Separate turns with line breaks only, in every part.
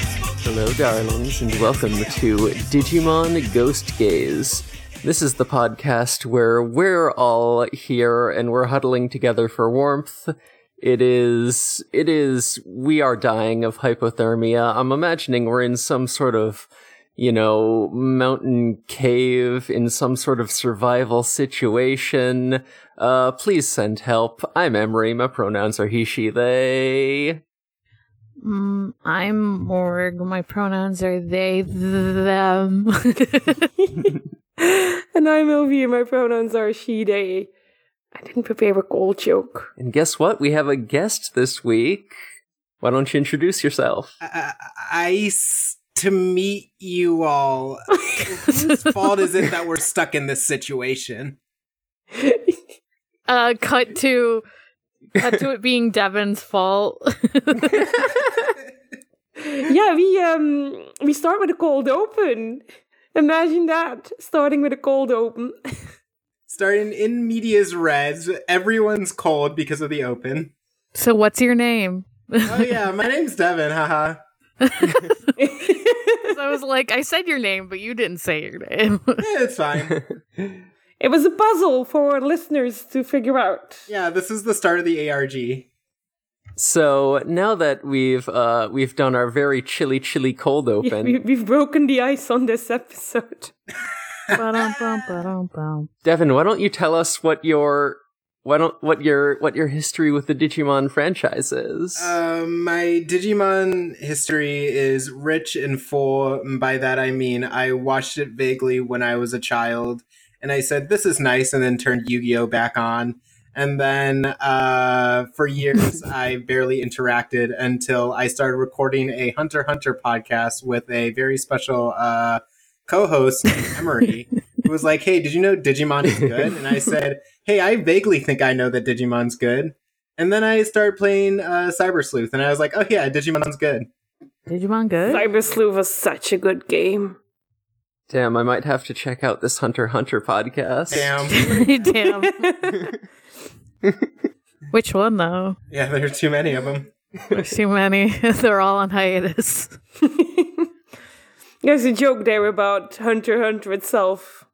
Hello, darlings, and welcome to Digimon Ghost Gaze. This is the podcast where we're all here and we're huddling together for warmth. It is, it is, we are dying of hypothermia. I'm imagining we're in some sort of, you know, mountain cave, in some sort of survival situation. Uh, please send help. I'm Emery. My pronouns are he, she, they.
Mm, I'm Morg. My pronouns are they, th- them.
and I'm Elvie. My pronouns are she, they. I didn't prepare a gold joke.
And guess what? We have a guest this week. Why don't you introduce yourself?
uh, ice to meet you all. Whose fault is it that we're stuck in this situation?
uh, cut to cut to it being Devin's fault.
yeah, we um we start with a cold open. Imagine that starting with a cold open.
Starting in media's res, everyone's cold because of the open.
so what's your name?
Oh yeah, my name's Devin, haha.
So I was like, I said your name, but you didn't say your name.
Yeah, it's fine.
it was a puzzle for our listeners to figure out.
Yeah, this is the start of the ARG.
So now that we've uh, we've done our very chilly, chilly cold
Yeah,
open,
we, we've broken the ice on this episode.
Ba-dum, bum, ba-dum, bum.
Devin, why don't you tell us what your why don't what your what your history with the Digimon franchise is?
Um, my Digimon history is rich and full. And by that I mean I watched it vaguely when I was a child, and I said this is nice, and then turned Yu-Gi-Oh back on. And then uh, for years I barely interacted until I started recording a Hunter x Hunter podcast with a very special uh, co-host Emery. Who was like, hey, did you know Digimon is good? And I said, hey, I vaguely think I know that Digimon's good. And then I started playing uh, Cyber Sleuth, and I was like, oh yeah, Digimon's good.
Digimon good?
Cyber Sleuth was such a good game.
Damn, I might have to check out this Hunter x Hunter podcast.
Damn.
Damn. Which one though?
Yeah, there are too many of them.
There's too many. They're all on hiatus.
There's a joke there about Hunter x Hunter itself.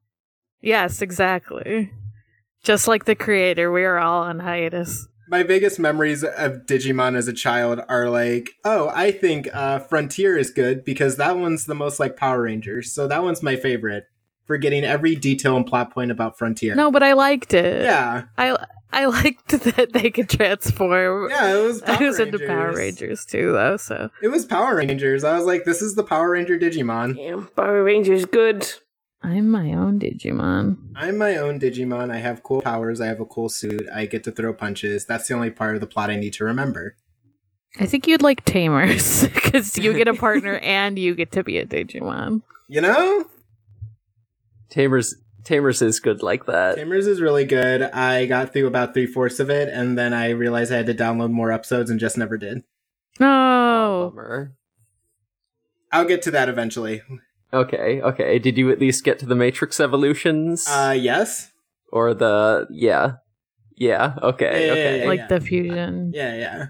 Yes, exactly. Just like the creator, we are all on hiatus.
My biggest memories of Digimon as a child are like, oh, I think uh, Frontier is good because that one's the most like Power Rangers, so that one's my favorite. Forgetting every detail and plot point about Frontier.
No, but I liked it.
Yeah,
I I liked that they could transform.
yeah, it was. Power
I was
Rangers.
into Power Rangers too, though. So
It was Power Rangers. I was like, this is the Power Ranger Digimon.
Yeah, Power Rangers good.
I'm my own Digimon.
I'm my own Digimon. I have cool powers. I have a cool suit. I get to throw punches. That's the only part of the plot I need to remember.
I think you'd like Tamers because you get a partner and you get to be a Digimon.
You know?
Tamers Tamers is good like that.
Tamers is really good. I got through about three fourths of it, and then I realized I had to download more episodes and just never did.
Oh,
Oh,
No,
Bummer.
I'll get to that eventually.
Okay, okay. Did you at least get to the Matrix evolutions
Uh, yes?
or the yeah, yeah? Okay,
Yeah, yeah,
okay.
yeah,
like the fusion.
Yeah, yeah.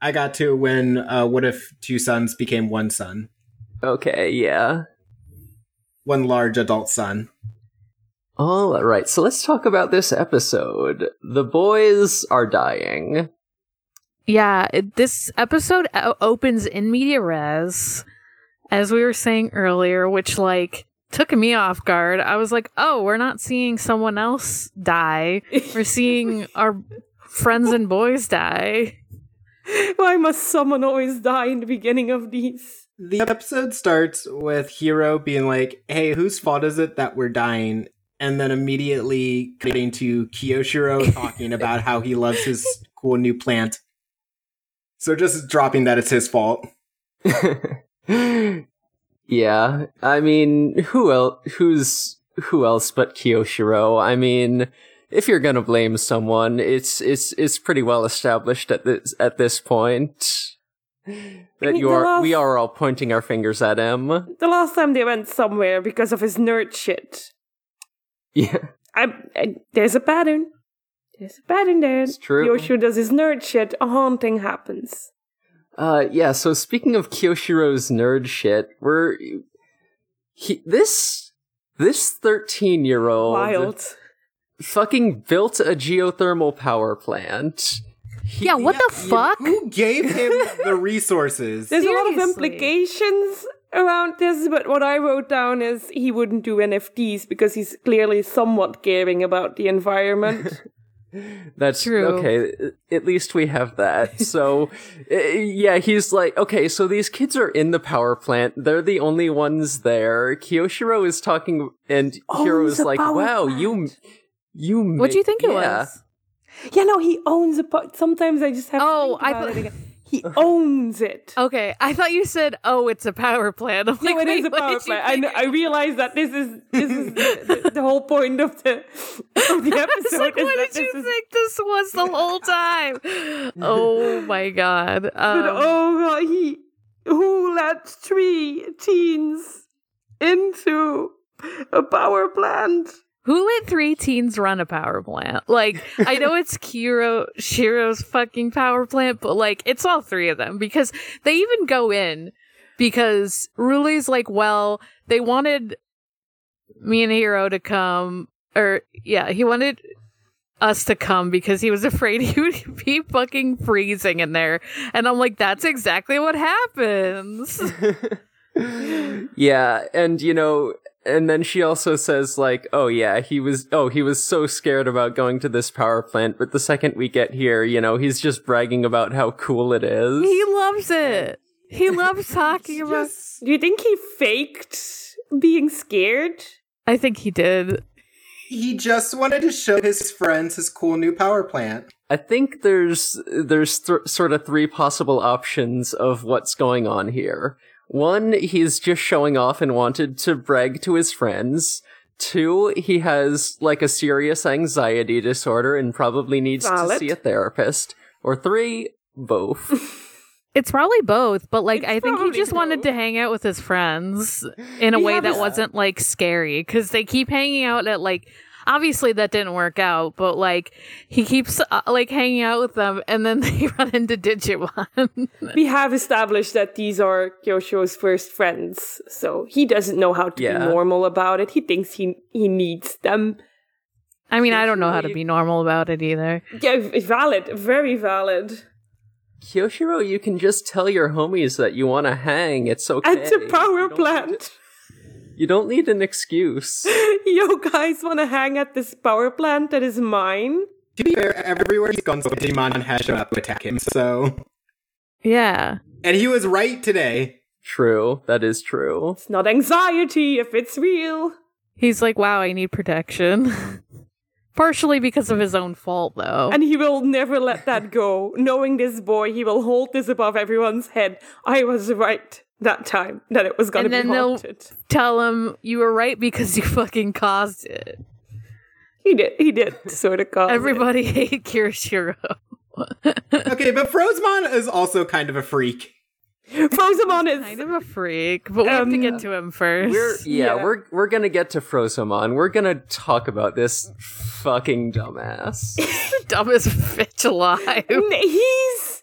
I got to when uh, What If Two Sons Became One Son?
Okay, yeah.
One large adult son.
All right, so let's talk about this episode. The boys are dying.
Yeah, it, this episode o- opens in media res, as we were saying earlier, which like took me off guard. I was like, oh, we're not seeing someone else die. We're seeing our friends and boys die.
Why must someone always die in the beginning of these?
The episode starts with Hero being like, hey, whose fault is it that we're dying? And then immediately cutting to Kiyoshiro talking about how he loves his cool new plant. So just dropping that it's his fault.
yeah, I mean, who else? Who's who else but Kiyoshiro? I mean, if you're gonna blame someone, it's it's it's pretty well established at this at this point that
mean,
you
the
are we
last-
are all pointing our fingers at him.
The last time they went somewhere because of his nerd shit.
Yeah,
I, I there's a pattern. There's a pattern there.
It's true.
Yoshio does his nerd shit. A haunting happens.
Uh, yeah. So speaking of Kyoshiro's nerd shit, we're he, this this thirteen year old
Wild.
fucking built a geothermal power plant.
yeah, what the
You-
fuck?
Who gave him the resources?
There's a lot of
Seriously.
implications around this, but what I wrote down is he wouldn't do NFTs because he's clearly somewhat caring about the environment.
That's
True.
Okay, at least we have that. So, uh, yeah, he's like, okay, so these kids are in the power plant. They're the only ones there. Kiyoshiro is talking, and
Oh,
Owns
Hiro's
the
like,
power
wow, you, you.
What do you think it
yeah.
was?
yeah, no, he owns a po- Sometimes I just have
Oh,
to think
I
about
thought-
it again. He owns it.
Okay, I thought you said, "Oh, it's a power plant." I'm
No,
like,
it
wait,
is a
what
power
did you
plant. I,
think
know, I realize that this is this is the, the, the whole point of the of
I
the
was
episode.
like,
is
what
that
did you
this is-
think this was the whole time? oh my god. Um,
But oh god, he who let three teens into a power plant?
Who let three teens run a power plant? Like, I know it's Kiro Shiro's fucking power plant, but like it's all three of them because they even go in because Ruli's like, well, they wanted me and Hiro to come or yeah, he wanted us to come because he was afraid he would be fucking freezing in there. And I'm like, that's exactly what happens.
yeah, and you know, and then she also says like, "Oh yeah, he was oh, he was so scared about going to this power plant, but the second we get here, you know, he's just bragging about how cool it is."
he loves it. He loves talking about
Just-
Do you think he faked being scared?
I think he did.
he just wanted to show his friends his cool new power plant.
I think there's there's th- sort of three possible options of what's going on here. One, he's just showing off and wanted to brag to his friends. Two, he has like a serious anxiety disorder and probably needs to
Valid.
see a therapist. Or three, both.
It's probably both, but like
It's
I think he
probably
just wanted to
both.
hang out with his friends in a
Yeah,
way that
but-
wasn't like scary because they keep hanging out at like obviously that didn't work out, but like he keeps uh, like hanging out with them and then they run into Digimon.
We have established that these are Kyosho's first friends, so he doesn't know how to
Yeah.
be normal about it. He thinks he he needs them.
I mean, I don't know how to
Usually-
be normal about it either.
Yeah, valid, very valid.
Kyoshiro, you can just tell your homies that you want to hang. It's okay.
At the
You
power
don't need-
plant.
you don't need an excuse.
Yo guys want to hang at this power plant that is mine?
To be fair, everywhere he's gone, so Digimon has shown up to attack him. So,
Yeah.
and he was right today.
True, that is true.
It's not anxiety if it's real.
He's like, wow, I need protection. Partially because of his own fault, though.
And he will never let that go. Knowing this boy, he will hold this above everyone's head. I was right that time that it was going to
And
be
then they'll-
haunted.
Tell him you were right because you fucking caused it.
He did. He did sort of call
Everybody hate Kirishiro.
Okay, but Frozmon is also kind of a freak.
Rosamond is
kind of a freak, but we have to
Um,
get to him 1st
We're yeah,
Yeah.
we're we're gonna get to Frozomon. We're gonna talk about this fucking dumbass.
the dumbest bitch alive.
N- he's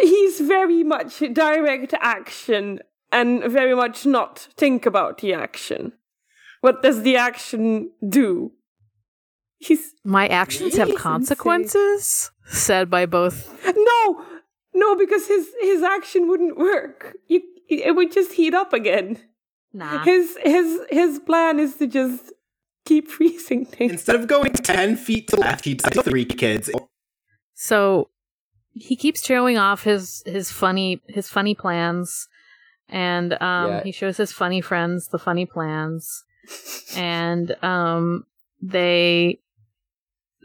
he's very much direct action and very much not think about the action. What does the action do? He's
My actions have
He's
consequences, said by both.
no, no, because his his action wouldn't work. You, it would just heat up again.
Nah.
His his his plan is to just keep freezing things.
Instead of going ten feet to the left, he decides three kids.
So he keeps showing off his his funny his funny plans, and um,
Yeah.
he shows his funny friends the funny plans, and um, they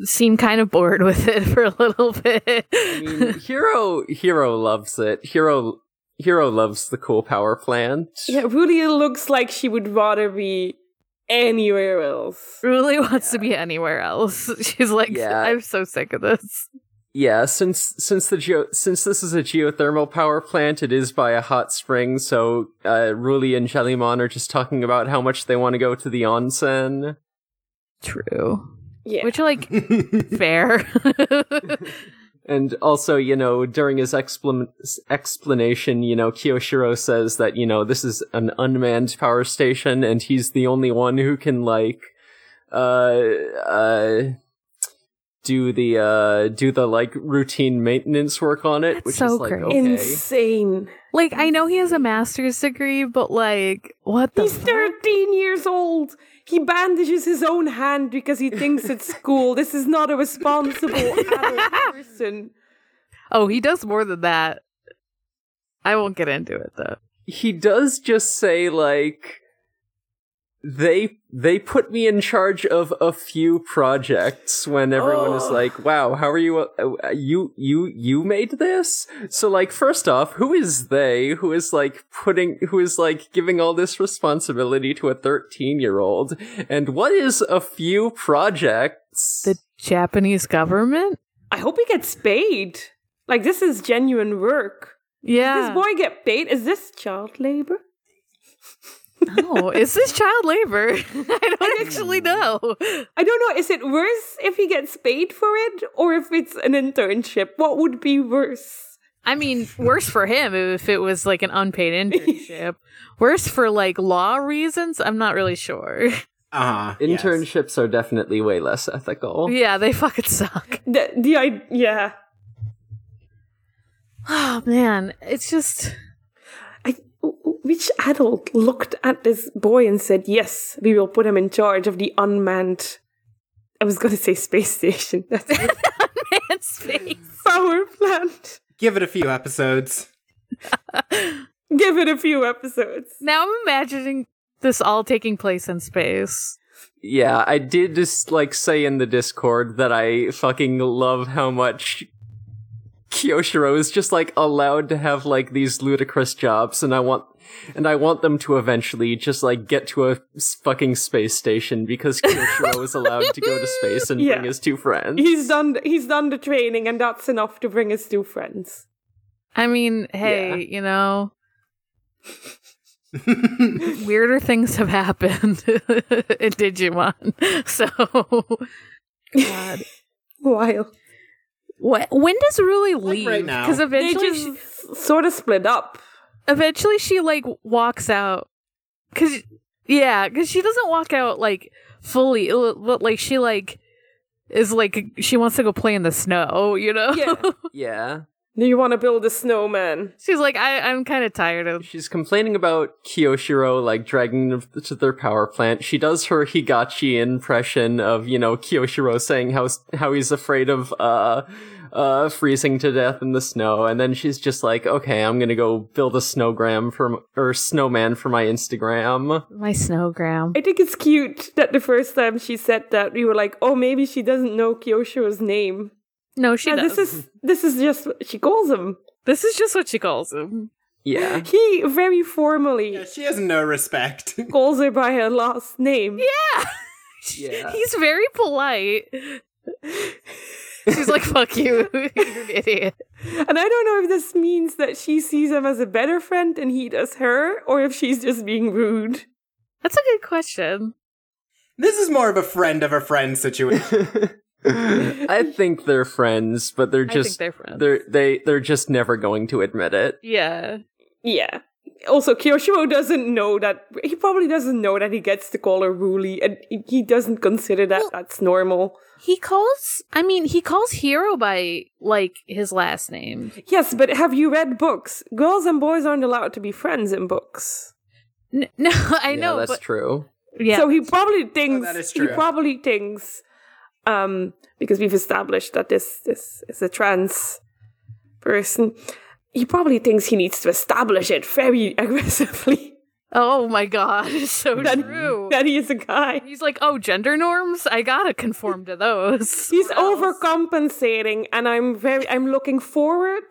seem kind of bored with it for a little bit.
I mean, Hero Hero loves it. Hero Hero loves the cool power plant.
Yeah, Rudy looks like she would rather be anywhere else.
really wants to be anywhere else. She's like,
Yeah.
I'm so sick of this.
Yeah, since since the geo since this is a geothermal power plant, it is by a hot spring. So uh, Ruli and Shalimon are just talking about how much they want to go to the onsen.
True.
Yeah.
Uh-huh,
Which, like, fair.
And also, you know, during his explan- explanation, you know, Kiyoshiro says that, you know, this is an unmanned power station and he's the only one who can, like, uh, uh, do the, uh, do the, like, routine maintenance work on it.
That's
which
so
is like,
great.
okay.
Insane.
Like I know he has a master's degree, but like what the
He's
fuck?
13 years old. He bandages his own hand because he thinks it's cool. This is not a responsible adult person.
Oh, he does more than that. I won't get into it though.
he does just say like they they put me in charge of a few projects when everyone is
Ugh.
like wow how are you uh, uh, you you you made this so like first off who is they who is like putting who is like giving all this responsibility to a 13 year old and what is a few projects
The Japanese government?
I hope he gets paid. Like, this is genuine work. Does
Yeah.
This boy get paid? Is this child labor?
no, is this child labor? I don't actually know.
I don't know. Is it worse if he gets paid for it or if it's an internship? What would be worse?
I mean, worse for him if it was like an unpaid internship. worse for like law reasons, I'm not really sure.
Uh huh.
internships are definitely way less ethical
yeah, they fucking suck.
The, the I, yeah.
Oh man, it's just
I, which adult looked at this boy and said, "Yes, we will put him in charge of the unmanned." I was going to say space station. That's a
man's face.
power plant.
Give it a few episodes.
Give it a few episodes.
Now I'm imagining this all taking place in space.
Yeah, I did just like say in the Discord that I fucking love how much Kyoshiro is just like allowed to have like these ludicrous jobs and I want and I want them to eventually just like get to a s- fucking space station because Kyoshiro is allowed to go to space and
Yeah.
bring his two friends.
He's done. He's done the training, and that's enough to bring his two friends.
I mean, hey,
Yeah.
you know, weirder things have happened in Digimon. So, God,
While
what? When does Rui leave?
right now.
Because
they
eventually,
just
she,
sort of split up.
eventually she like walks out. Cause yeah, cause she doesn't walk out like fully, l- but like she like is like she wants to go play in the snow. You know.
Yeah.
Yeah.
Do you want to build a snowman?
She's like, I, I'm kind of tired of
She's complaining about Kyoshiro like dragging them to their power plant. She does her Higachi impression of you know Kyoshiro saying how how he's afraid of uh uh freezing to death in the snow, and then she's just like, okay, I'm gonna go build a snowgram for m- or snowman for my Instagram.
my snowgram.
I think it's cute that the first time she said that, we were like, "Oh, maybe she doesn't know Kyoshiro's name."
No, she
Yeah,
does.
this is this is just what she calls him.
this is just what she calls him.
Yeah,
He very formally
Yeah, she has no respect.
calls her by her last name.
Yeah.
He's very polite. She's like, fuck you, you're an idiot.
And I don't know if this means that she sees him as a better friend and he does her, or if she's just being rude.
That's a good question.
This is more of a friend of a friend situation.
I think they're friends, but they're
I think
just
they're friends.
they're they they're just never going to admit it.
Yeah.
Yeah. Also, Kyoshiro doesn't know that he probably doesn't know that he gets to call her Ruli, and he- he doesn't consider that
Well-
that's normal.
He calls, I mean, he calls Hero by like his last name.
Yes, but have you read books? Girls and boys aren't allowed to be friends in books.
N- no, I
Yeah,
know,
that's
but
true.
yeah.
So he probably thinks
that is
he
true.
probably thinks um because we've established that this this is a trans person. He probably thinks he needs to establish it very aggressively
oh my god, it's so
That-
true.
that he is a guy.
He's like, oh, gender norms? I gotta conform to those. Oh.
He's
Or else.
overcompensating and I'm very I'm looking forward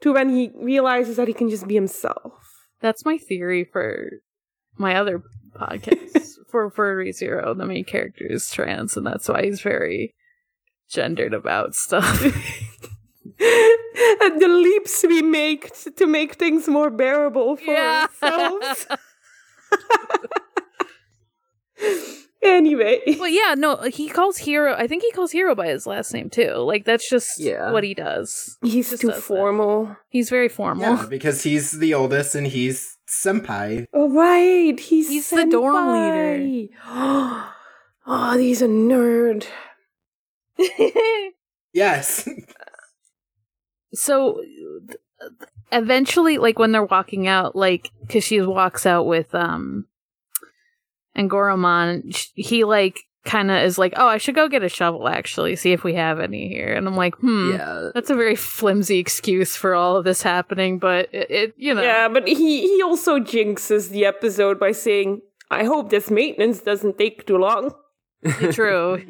to when he realizes that he can just be himself.
That's my theory for my other podcast for for ReZero. The main character is trans, and that's why he's very gendered about stuff.
and the leaps we make t- to make things more bearable for
Yeah.
ourselves. Anyway.
Well, yeah, no, he calls Hero. I think he calls Hero by his last name too. Like that's just
Yeah.
what he does.
He's
Just
too
does that.
formal.
He's very formal.
Yeah, because he's the oldest and he's senpai.
Oh, right. He's,
He's the dorm leader.
senpai. oh, he's a nerd.
Yes.
so th- eventually like when they're walking out like because she walks out with um and goromon sh- he like kind of is like oh i should go get a shovel actually see if we have any here and i'm like hmm
Yeah.
that's a very flimsy excuse for all of this happening but it, it you know
Yeah, but he, he also jinxes the episode by saying, I hope this maintenance doesn't take too long.
true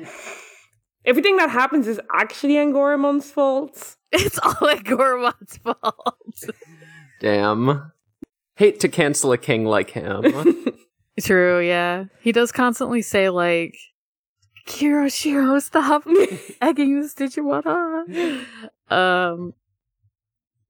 Everything that happens is actually Angoromon's fault.
it's all at goromon's fault
Damn. Hate to cancel a king like him.
true yeah he does constantly say like kiro shiro stop egging this digimon on um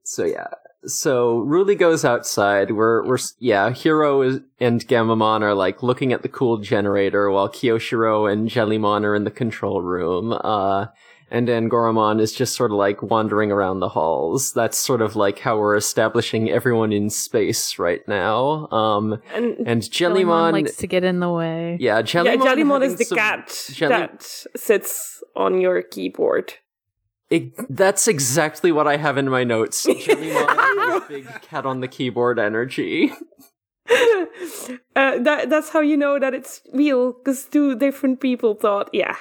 so yeah. So Ruli goes outside. We're we're s- yeah. Hiro is, and Gamamon are like looking at the cool generator while Kyoshiro and Jellymon are in the control room. Uh, and then Goromon is just sort of like wandering around the halls. That's sort of like how we're establishing everyone in space right now. Um,
And
and
Jellymon
Jellymon,
likes to get in the way.
yeah,
yeah,
Jellymon,
Jellymon is
having
the
some-
cat
Jelly-
that sits on your keyboard.
It, that's exactly what I have in my notes. Jellymon is big cat on the keyboard energy.
uh, that that's how you know that it's real because two different people thought, yeah,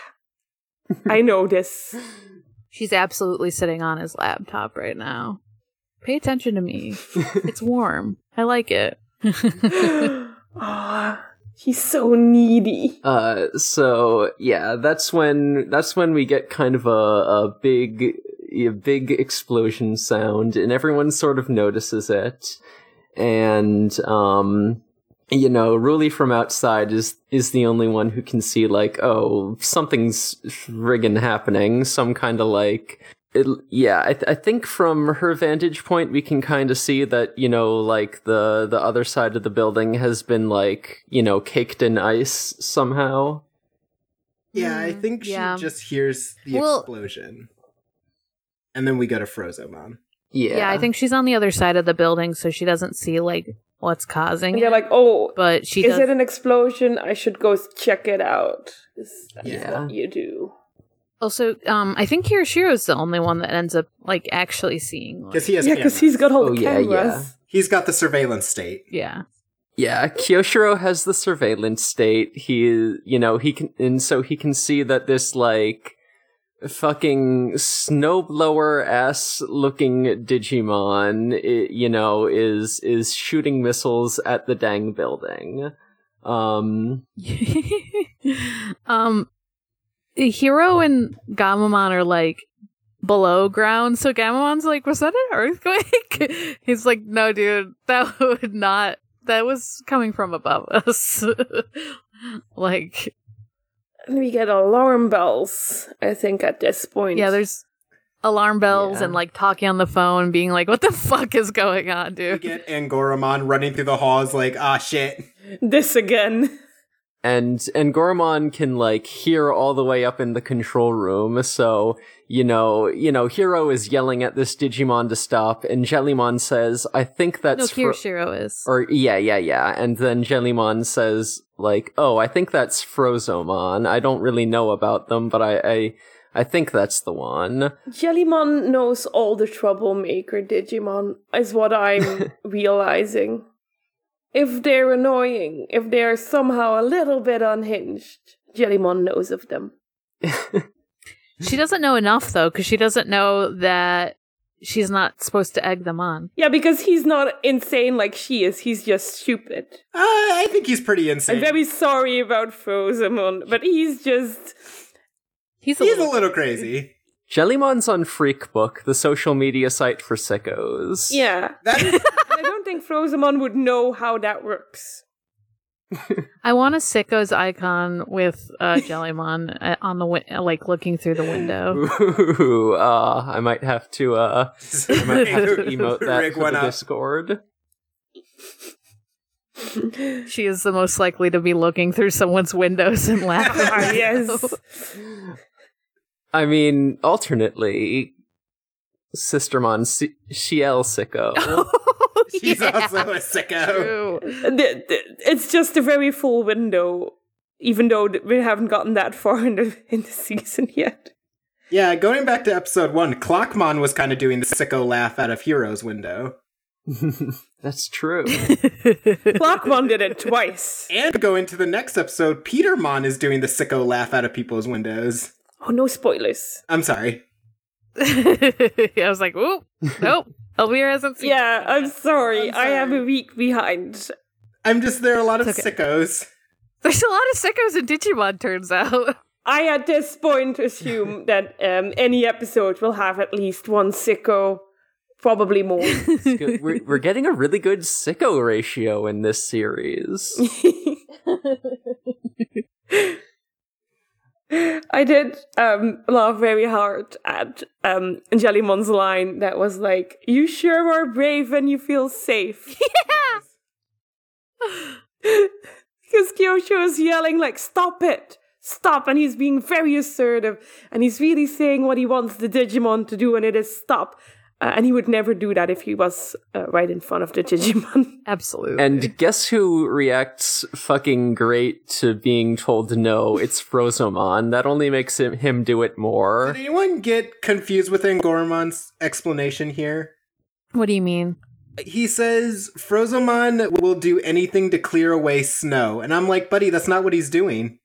I know this.
She's absolutely sitting on his laptop right now. Pay attention to me. it's warm. I like it.
Ah, he's so needy.
Uh, so yeah, that's when that's when we get kind of a a big a big explosion sound, and everyone sort of notices it. And um, you know, Ruli from outside is is the only one who can see like, oh, something's friggin' happening. Some kind of like. It, yeah, I, th- I think from her vantage point, we can kind of see that you know, like the the other side of the building has been like you know caked in ice somehow.
Yeah, I
Mm,
think she
yeah.
just hears the
Well-
explosion. And then we go to Frozomon.
Yeah,
Yeah. I think she's on the other side of the building, so she doesn't see like what's causing
And
it.
you're like, oh,
but she
is
does.
it an explosion? I should go s- check it out. 'Cause That's
Yeah.
what you do.
also, um, I think Hiroshiro's the only one that ends up like actually seeing. Like,
Because he has
yeah,
cameras.
because he's got all
Oh,
the
yeah,
cameras.
yeah.
he's got the surveillance state.
yeah,
Yeah, Kyoshiro has the surveillance state. He, you know, he can, and so he can see that this like fucking snowblower ass looking Digimon, i you know, is is shooting missiles at the dang building. Um,
um, Hiro and Gamamon are like below ground, so Gamamon's like, "Was that an earthquake?" He's like, "No, dude, that would not. That was coming from above us." like,
And we get alarm bells. I think at this point.
yeah, there's alarm bells
Yeah.
and like talking on the phone, being like, "What the fuck is going on,
We
dude?"
get Angoramon running through the halls like, ah, shit.
this again.
and and Goromon can like hear all the way up in the control room, so you know, you know, Hiro is yelling at this Digimon to stop, and Jellymon says, "I think that's
No,
Fro-
Kirishiro is.
Or yeah, yeah, yeah. And then Jellymon says, like, oh, I think that's Frozomon. I don't really know about them, but I I, I think that's the one.
Jellymon knows all the troublemaker Digimon, is what I'm realizing. If they're annoying, if they're somehow a little bit unhinged, Jellymon knows of them.
she doesn't know enough though, because she doesn't know that she's not supposed to egg them on.
Yeah, because he's not insane like she is, he's just stupid.
Uh, I think he's pretty
I'm
insane.
very sorry about Frozemon, but he's just.
He's a
he's
little
a little crazy.
Jellymon's on Freakbook, the social media site for sickos.
Yeah.
That is
And I don't think Frozemon would know how that works.
I want a sickos icon with uh, Jellymon uh, on the win- like looking through the window.
Ooh, uh, I might have to uh, I might have to emote that
Rig
for
one
the
up.
Discord.
She is the most likely to be looking through someone's windows and laughing.
Ah, yes.
I mean, alternately, Sistermon C- Shiel Sicko.
She's
Yeah,
also a sicko.
true.
The- the- It's just a very full window, even though th- we haven't gotten that far in the, in the season yet.
Yeah, going back to episode one, Clockmon was kind of doing the sicko laugh out of Hero's window.
That's true.
Clockmon did it twice.
And going to the next episode, Petermon is doing the sicko laugh out of people's windows.
Oh, no spoilers.
I'm sorry.
I was like, ooh, nope. Elvira hasn't seen.
Yeah, I'm sorry.
I'm
I am
sorry.
a week behind.
I'm just there are a lot of
It's okay.
sickos.
There's a lot of sickos in Digimon. Turns out.
I at this point assume that um, any episode will have at least one sicko, probably more.
It's good. We're, we're getting a really good sicko ratio in this series.
I did um, laugh very hard at um, Jellymon's line that was like, "You sure are brave when you feel safe." because Kyosho is yelling like, "Stop it, stop!" and he's being very assertive, and he's really saying what he wants the Digimon to do, and it is stop. Uh, and he would never do that if he was uh, right in front of the Digimon.
Absolutely.
And guess who reacts fucking great to being told no? It's Frozomon. That only makes him, him do it more.
Did anyone get confused with Angoromon's explanation here?
what do you mean?
He says Frozomon will do anything to clear away snow. And I'm like, buddy, that's not what he's doing.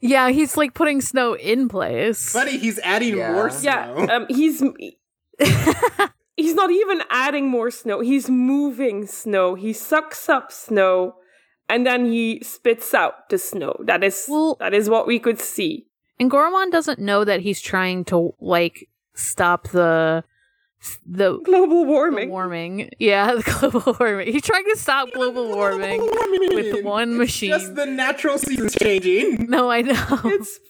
Yeah, he's like putting snow in place.
Buddy, he's adding
Yeah.
more snow.
Yeah, um, he's he's not even adding more snow. He's moving snow. He sucks up snow, and then he spits out the snow. That is
Well-
that is what we could see.
And Goromon doesn't know that he's trying to like stop the the
Global
warming.
warming.
Yeah, the global warming. He's trying to stop global warming. with one
It's
machine.
Just the natural seasons changing.
No, I know.
It's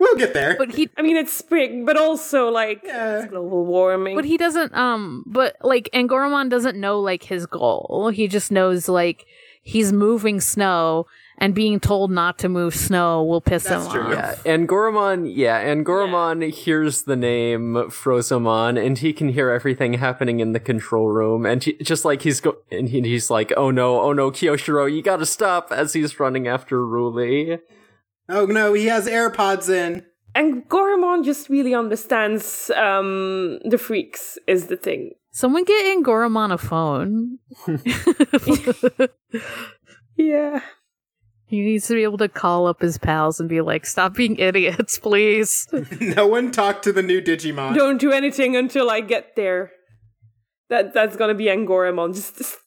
We'll get there.
but he
I mean it's spring, but also like
Yeah.
it's global warming.
but he doesn't um but like and Goromon doesn't know like his goal. He just knows like he's moving snow and being told not to move snow will piss
That's
him
true.
off.
Yeah, and Goromon, yeah, and Goromon hears the name Frozomon, and he can hear everything happening in the control room, and he, just like he's go, and he, he's like, oh no, oh no, Kyoshiro, you gotta stop, as he's running after Ruli.
oh no, he has AirPods in.
and Goromon just really understands um the freaks is the thing.
Someone get in Goromon a phone.
Yeah.
he needs to be able to call up his pals and be like, "Stop being idiots, please."
No one talked to the new Digimon.
Don't do anything until I get there. That that's gonna be Angoramon. Just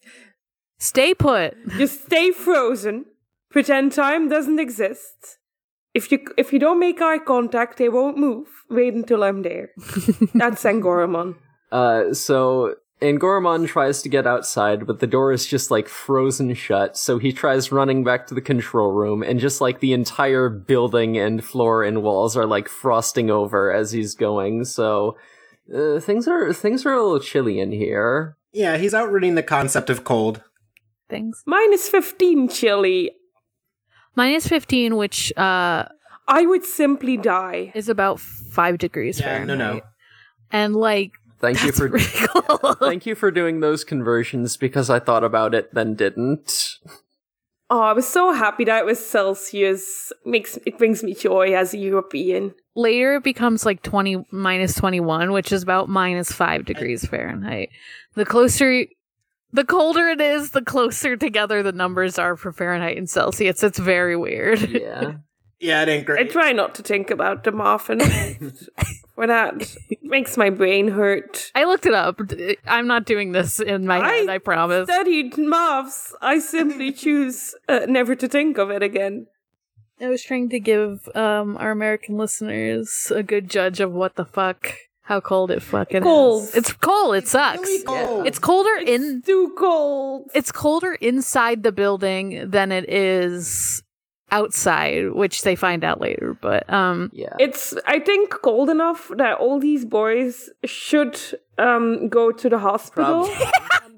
Stay put.
just stay frozen. Pretend time doesn't exist. If you if you don't make eye contact, they won't move. Wait until I'm there. That's Angoramon.
Uh, so, and Goromon tries to get outside, but the door is just like frozen shut, so he tries running back to the control room, and just like the entire building and floor and walls are like frosting over as he's going, so. Uh, things are things are a little chilly in here.
Yeah, he's outrunning the concept of cold.
Things
Minus fifteen chili.
minus fifteen, which uh
I would simply die.
is about five degrees
Yeah, no,
Fahrenheit.
no.
And like
Thank
that's
you for
pretty cool.
thank you for doing those conversions because I thought about it then didn't.
Oh, I was so happy that it was Celsius. Makes it brings me joy as a European.
Later it becomes like twenty minus twenty one, which is about minus five degrees Fahrenheit. The closer y- the colder it is, the closer together the numbers are for Fahrenheit and Celsius. It's very weird.
Yeah.
Yeah, it ain't
I
great.
try not to think about them often. For that makes my brain hurt.
I looked it up. D- I'm not doing this in my
I
head, I promise.
studied maths. I simply choose uh, never to think of it again.
I was trying to give um, our American listeners a good judge of what the fuck, how cold it fucking
Cold.
is. It's cold. It sucks.
Really cold.
It's colder in.
It's too cold.
It's colder inside the building than it is outside, which they find out later. But um,
Yeah.
It's I think cold enough that all these boys should um go to the hospital.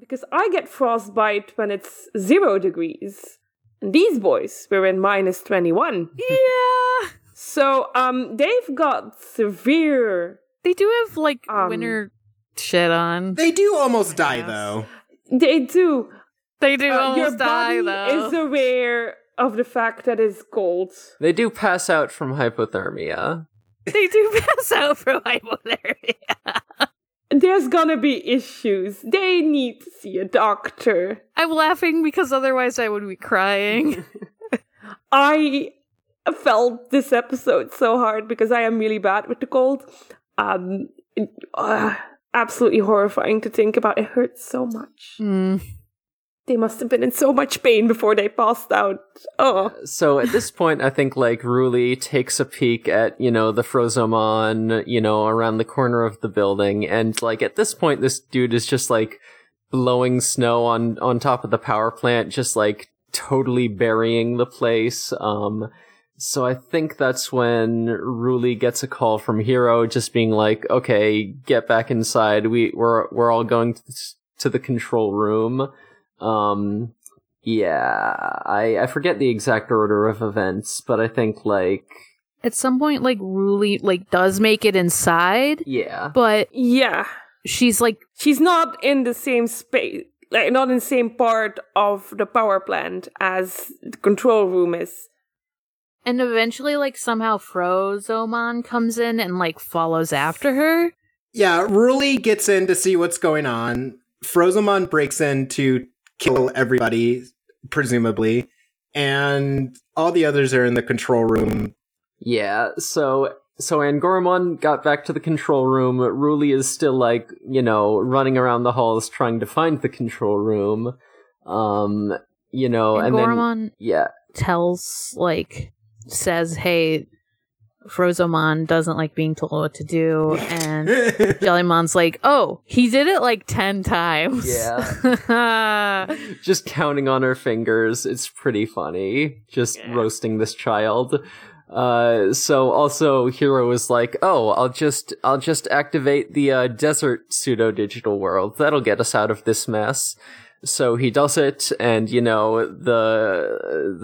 because I get frostbite when it's zero degrees. And these boys were in minus 21.
Yeah.
So um, they've got severe.
They do have like
Um,
winter shit on.
They do almost die
Yes.
though.
They do.
They do
Uh, your
almost die
body
though.
is aware of the fact that it's cold.
They do pass out from hypothermia.
they do pass out from hypothermia.
There's gonna be issues. They need to see a doctor.
I'm laughing because otherwise I would be crying.
I felt this episode so hard because I am really bad with the cold. Um, it- ah, absolutely horrifying to think about. It hurts so much.
Mm.
They must have been in so much pain before they passed out. Oh,
So at this point, I think like Ruli takes a peek at you know the Frozomon, you know, around the corner of the building, and like at this point, this dude is just like blowing snow on on top of the power plant, just like totally burying the place. Um, so I think that's when Ruli gets a call from Hero, just being like, "Okay, get back inside. We we're we're all going to, to the control room." Um, yeah, I I forget the exact order of events, but I think like
At some point, like Ruli like does make it inside,
yeah,
but
yeah.
she's like
She's not in the same space, like not in the same part of the power plant as the control room is.
and eventually like somehow Frozomon comes in and like follows after her.
Yeah, Ruli gets in to see what's going on. Frozomon breaks in to kill everybody, presumably, and all the others are in the control room.
yeah. So so Angoramon got back to the control room. Ruli is still like you know running around the halls trying to find the control room. Um, you
Oh,
know,
and
and, then
Goromon
yeah,
tells like says, "Hey, Frozomon doesn't like being told what to do," and Jellymon's like, "Oh, he did it like ten times." Yeah.
just counting on her fingers. It's pretty funny. Just
Yeah.
roasting this child. Uh, so also Hero is like, oh, I'll just, I'll just activate the uh, desert pseudo digital world. That'll get us out of this mess. So he does it, and you know the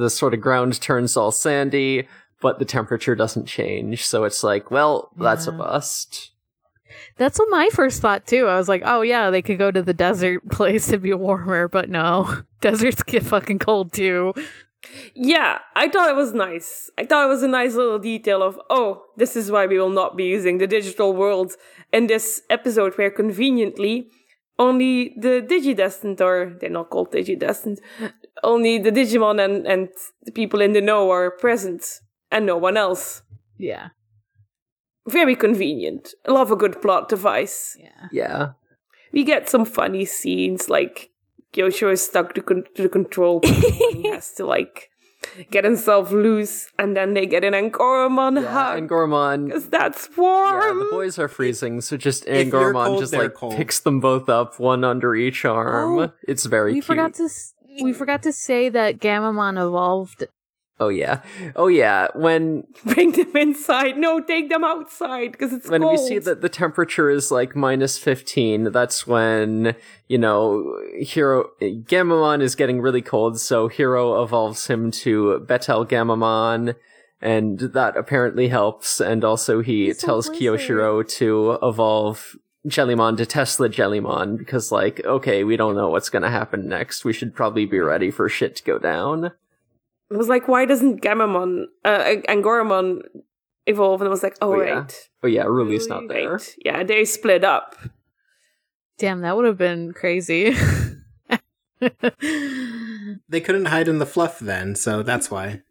the sort of ground turns all sandy, but the temperature doesn't change. So it's like, well, that's a
Yeah.
bust.
That's what my first thought too. I was like, "Oh yeah, they could go to the desert place to be warmer," but no, deserts get fucking cold too.
Yeah, I thought it was nice. I thought it was a nice little detail of, oh, this is why we will not be using the digital world in this episode where conveniently only the Digidestined, or they're not called Digidestined, only the Digimon and, and the people in the know are present and no one else.
Yeah,
Very convenient. I love a good plot device.
yeah.
Yeah.
We get some funny scenes like Kyosho is stuck to, con- to the control panel and he has to like get himself loose and then they get an Ankoromon
yeah.
hug
And Gormon
because that's
Yeah,
warm.
the boys are freezing, so just
If they're
Angormon
cold,
just
they're
like
cold.
picks them both up, one under each arm.
Oh,
it's very
We
cute.
forgot to s- we forgot to say that Gamamon evolved.
oh yeah, oh yeah. When
Bring them inside. No, take them outside because it's
when we
cold.
see that the temperature is like minus fifteen, that's when you know Hero Gamamon is getting really cold. So Hero evolves him to Betel Gamamon. And that apparently helps, and also he
He's so
tells
blizzard.
Kyoshiro to evolve Jellymon to Tesla Jellymon because, like, okay, we don't know what's going to happen next. We should probably be ready for shit to go down.
I was like, why doesn't Gamamon, uh, Angoramon evolve? And I was like, oh,
Oh, yeah.
right.
But yeah, Ruli's not
Right.
there.
Yeah, they split up.
Damn, that would have been crazy.
They couldn't hide in the fluff then, so that's why.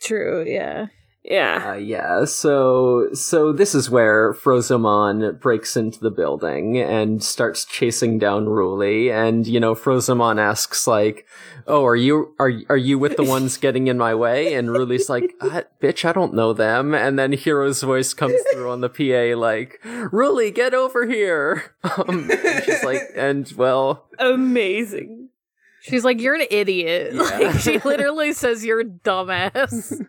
True. Yeah.
Yeah.
Uh, yeah, so so this is where Frozomon breaks into the building and starts chasing down Ruli, and you know Frozomon asks like, "Oh, are you are are you with the ones getting in my way?" And Ruli's like, ah, "Bitch, I don't know them." And then Hero's voice comes through on the PA like, "Ruli, get over here!" Um, and she's like, "And well,
Amazing.
She's like, "You're an idiot."
Yeah.
Like she literally says, "You're a dumbass."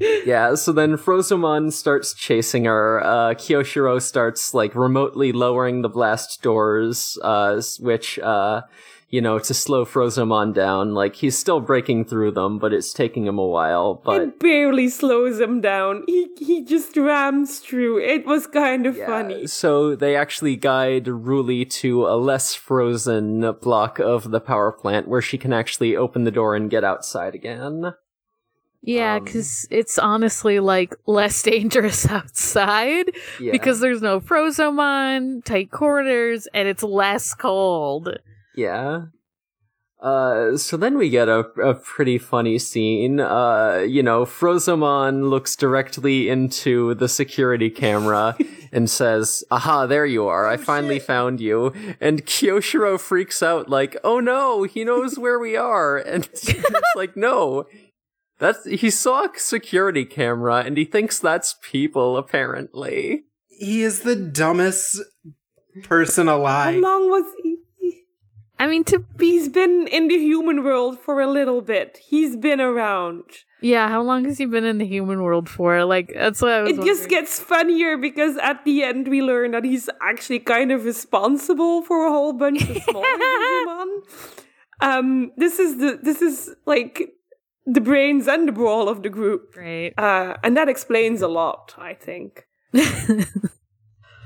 yeah, so then Frozomon starts chasing her. Uh, Kyoshiro starts, like, remotely lowering the blast doors, uh, s- which, uh, you know, to slow Frozomon down. Like, he's still breaking through them, but it's taking him a while. But
It barely slows him down. He he just rams through. It was kind of funny.
So they actually guide Ruli to a less frozen block of the power plant where she can actually open the door and get outside again.
Yeah,
Um,
because it's honestly like less dangerous outside
Yeah.
because there's no Frozomon, tight quarters, and it's less cold.
Yeah. Uh, so then we get a, a pretty funny scene. Uh, you know, Frozomon looks directly into the security camera and says, Aha, there you are. I finally found you. And Kyoshiro freaks out, like, Oh no, he knows where we are. And it's like, No. That's he saw a security camera and he thinks that's people apparently.
He is the dumbest person
How
alive.
long was he?
I mean, to
He's been in the human world for a little bit. He's been around.
yeah, how long has he been in the human world for? Like that's what I was.
It just
wondering.
gets funnier because at the end we learn that he's actually kind of responsible for a whole bunch of small Digimon. Um, this is the this is like the brains and the brawl of the group,
great.
uh, and that explains a lot, I think.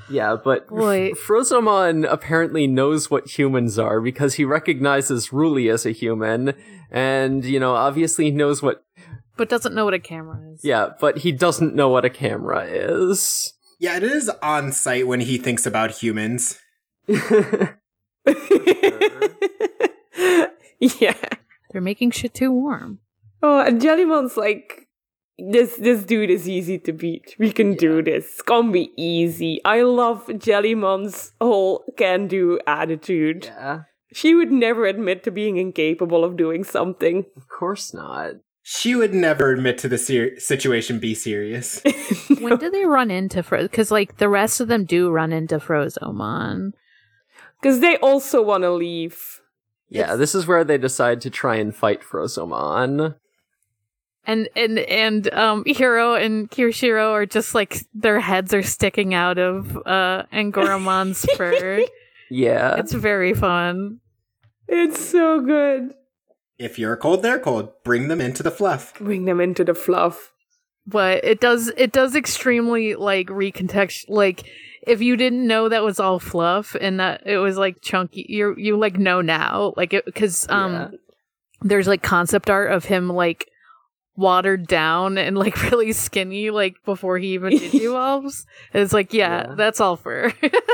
Yeah, but
Boy.
F- Frozomon apparently knows what humans are because he recognizes Ruli as a human, and you know, obviously he knows what.
But doesn't know what a camera is.
Yeah, but he doesn't know what a camera is.
Yeah, it is on site when he thinks about humans.
yeah.
they're making shit too warm.
Oh, and Jellymon's like, this this dude is easy to beat. We can do this. It's gonna be easy. I love Jellymon's whole can do attitude.
yeah,
She would never admit to being incapable of doing something.
of course not.
She would never admit to the ser- situation be serious.
When do they run into Fro? Because like the rest of them do run into Frozomon.
Because they also wanna leave.
Yeah, this is where they decide to try and fight Frozomon.
And and and um Hiro and Kirishiro are just like their heads are sticking out of uh Angoromon's fur.
Yeah,
It's very fun.
It's so good.
If you're cold, they're cold. Bring them into the fluff.
Bring them into the fluff.
But it does it does extremely like recontext like if you didn't know that was all fluff and that it was like chunky you you like know now like it cuz um
Yeah.
there's like concept art of him like watered down and like really skinny like before he even evolves. And it's like yeah,
Yeah.
that's all fur.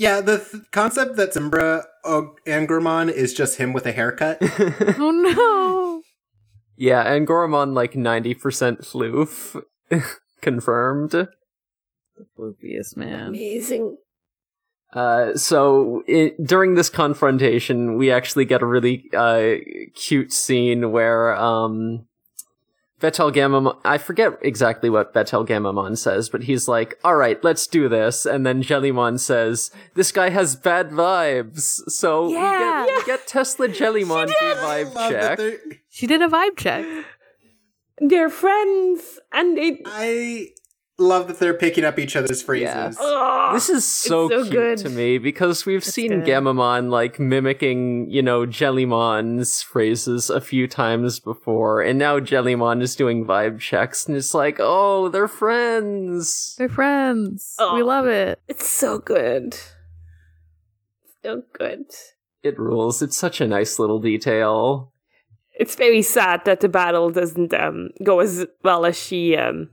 Yeah, the th- concept that Zimbra Og- Angramon is just him with a haircut.
oh no.
yeah, and Goromon like ninety percent floof confirmed.
Oblivious man.
Amazing.
Uh, so i during this confrontation, we actually get a really uh, cute scene where um, Betelgamamon, I forget exactly what Betelgamamon says, but he's like, all right, let's do this. And then Jellymon says, this guy has bad vibes. So
Yeah.
we, get, we get Tesla Jellymon do
I
vibe
love that
check.
they're-
She did a vibe check.
They're friends and they
I love that they're picking up each other's phrases.
Ugh.
This is so,
so
cute
good.
to me because we've seen
good.
Gamamon like mimicking, you know, Jellymon's phrases a few times before, and now Jellymon is doing vibe checks, and it's like, oh, they're friends.
They're friends. We
Oh.
love it.
It's so good. So good.
It rules. It's such a nice little detail.
It's very sad that the battle doesn't um, go as well as she um,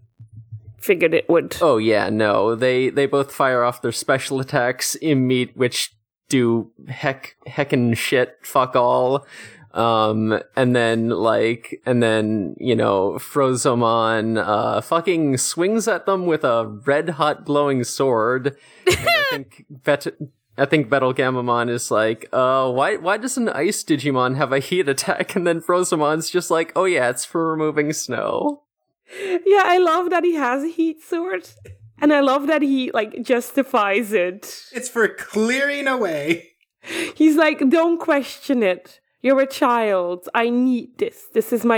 figured it would.
Oh yeah, no, they they both fire off their special attacks immediate, which do heck heckin' shit, fuck all. Um, and then like, and then you know, Frozomon uh, fucking swings at them with a red hot glowing sword. And I think Bet. I think Betelgamamon is like, uh, why why does an ice Digimon have a heat attack? And then Frozomon's just like, oh yeah, it's for removing snow.
Yeah, I love that he has a heat sword. And I love that he like justifies it.
It's for clearing away.
He's like, don't question it. You're a child. I need this. This is my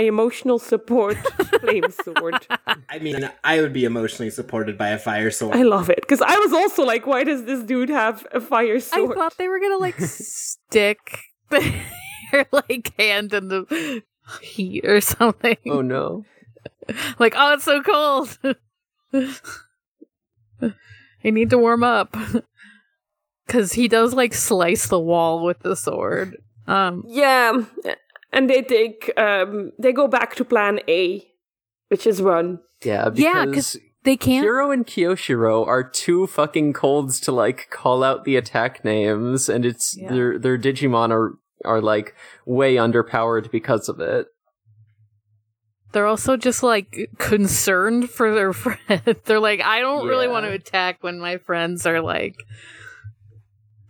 emotional support flame sword.
I mean, I would be emotionally supported by a fire sword.
I love it. Because I was also like, why does this dude have a fire
I
sword?
thought they were gonna like stick their like hand in the heat or something.
Oh no.
Like, oh, it's so cold. I need to warm up because he does like slice the wall with the sword. Um,
yeah. And they take, um, they go back to plan A, which is run.
Yeah,
Yeah,
because
they can't.
Hiro and Kyoshiro are too fucking colds to like call out the attack names, and it's
Yeah.
their their Digimon are are like way underpowered because of it.
They're also just like concerned for their friend. They're like, I don't really
Yeah.
want to attack when my friends are like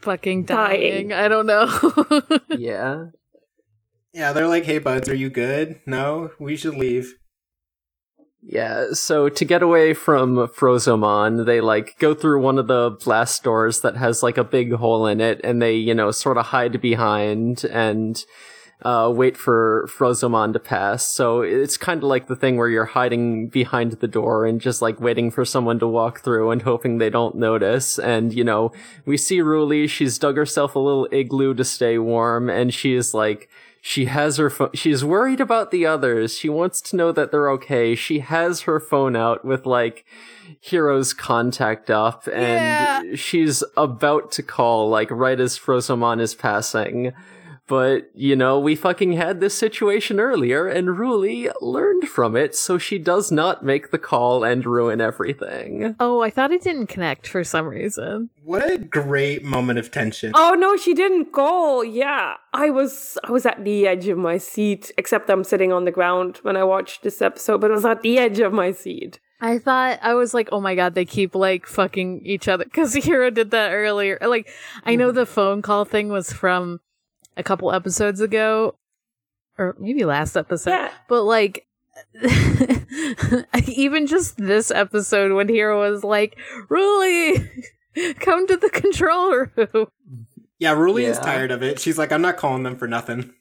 fucking dying.
Dying.
I don't know.
yeah,
Yeah, they're like, hey, buds, are you good? No, we should leave.
yeah. So to get away from Frozomon, they like go through one of the blast doors that has like a big hole in it, and they you know sort of hide behind and. Uh, wait for Frozomon to pass. So it's kind of like the thing where you're hiding behind the door and just like waiting for someone to walk through and hoping they don't notice. And, you know, we see Ruli, she's dug herself a little igloo to stay warm and she is like, she has her phone, she's worried about the others. She wants to know that they're okay. She has her phone out with like, Hero's contact up, and
Yeah.
she's about to call, like, right as Frozomon is passing. But, you know, we fucking had this situation earlier, and Ruli learned from it, so she does not make the call and ruin everything.
oh, I thought it didn't connect for some reason.
What a great moment of tension.
Oh no, she didn't go. Yeah, I was I was at the edge of my seat. Except I'm sitting on the ground when I watched this episode, but I was at the edge of my seat.
I thought I was like, oh my god, they keep like fucking each other because Hero did that earlier. Like, I know the phone call thing was from a couple episodes ago, or maybe last episode.
Yeah.
But like, even just this episode when Hero was like, "Ruli, come to the control room."
Yeah, Ruli is
Yeah.
tired of it. She's like, I'm not calling them for nothing.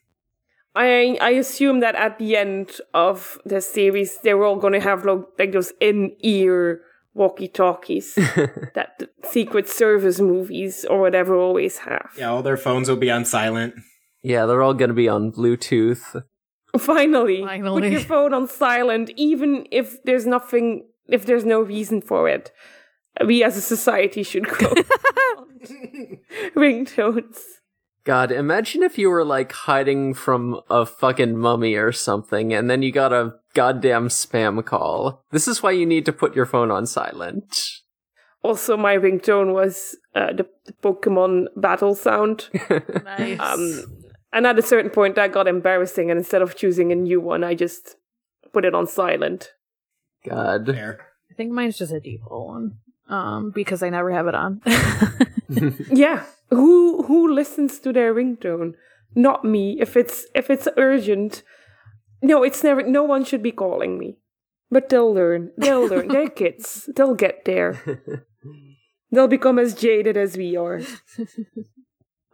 I I assume that at the end of the series, they were all gonna have like, like those in ear walkie talkies that the Secret Service movies or whatever always have.
Yeah, all their phones will be on silent.
Yeah, they're all gonna be on Bluetooth.
Finally,
Finally.
put your phone on silent, even if there's nothing, if there's no reason for it. We as a society should grow ringtones.
God, imagine if you were like hiding from a fucking mummy or something, and then you got a goddamn spam call. This is why you need to put your phone on silent.
Also, my ringtone was uh, the, the Pokemon battle sound.
Nice.
Um, and at a certain point, that got embarrassing, and instead of choosing a new one, I just put it on silent.
God.
Fair.
I think mine's just a default one, um, because I never have it on.
Yeah, who who listens to their ringtone? Not me. If it's if it's urgent, no, it's never. No one should be calling me. But they'll learn. They'll learn. They're kids. They'll get there. They'll become as jaded as we are.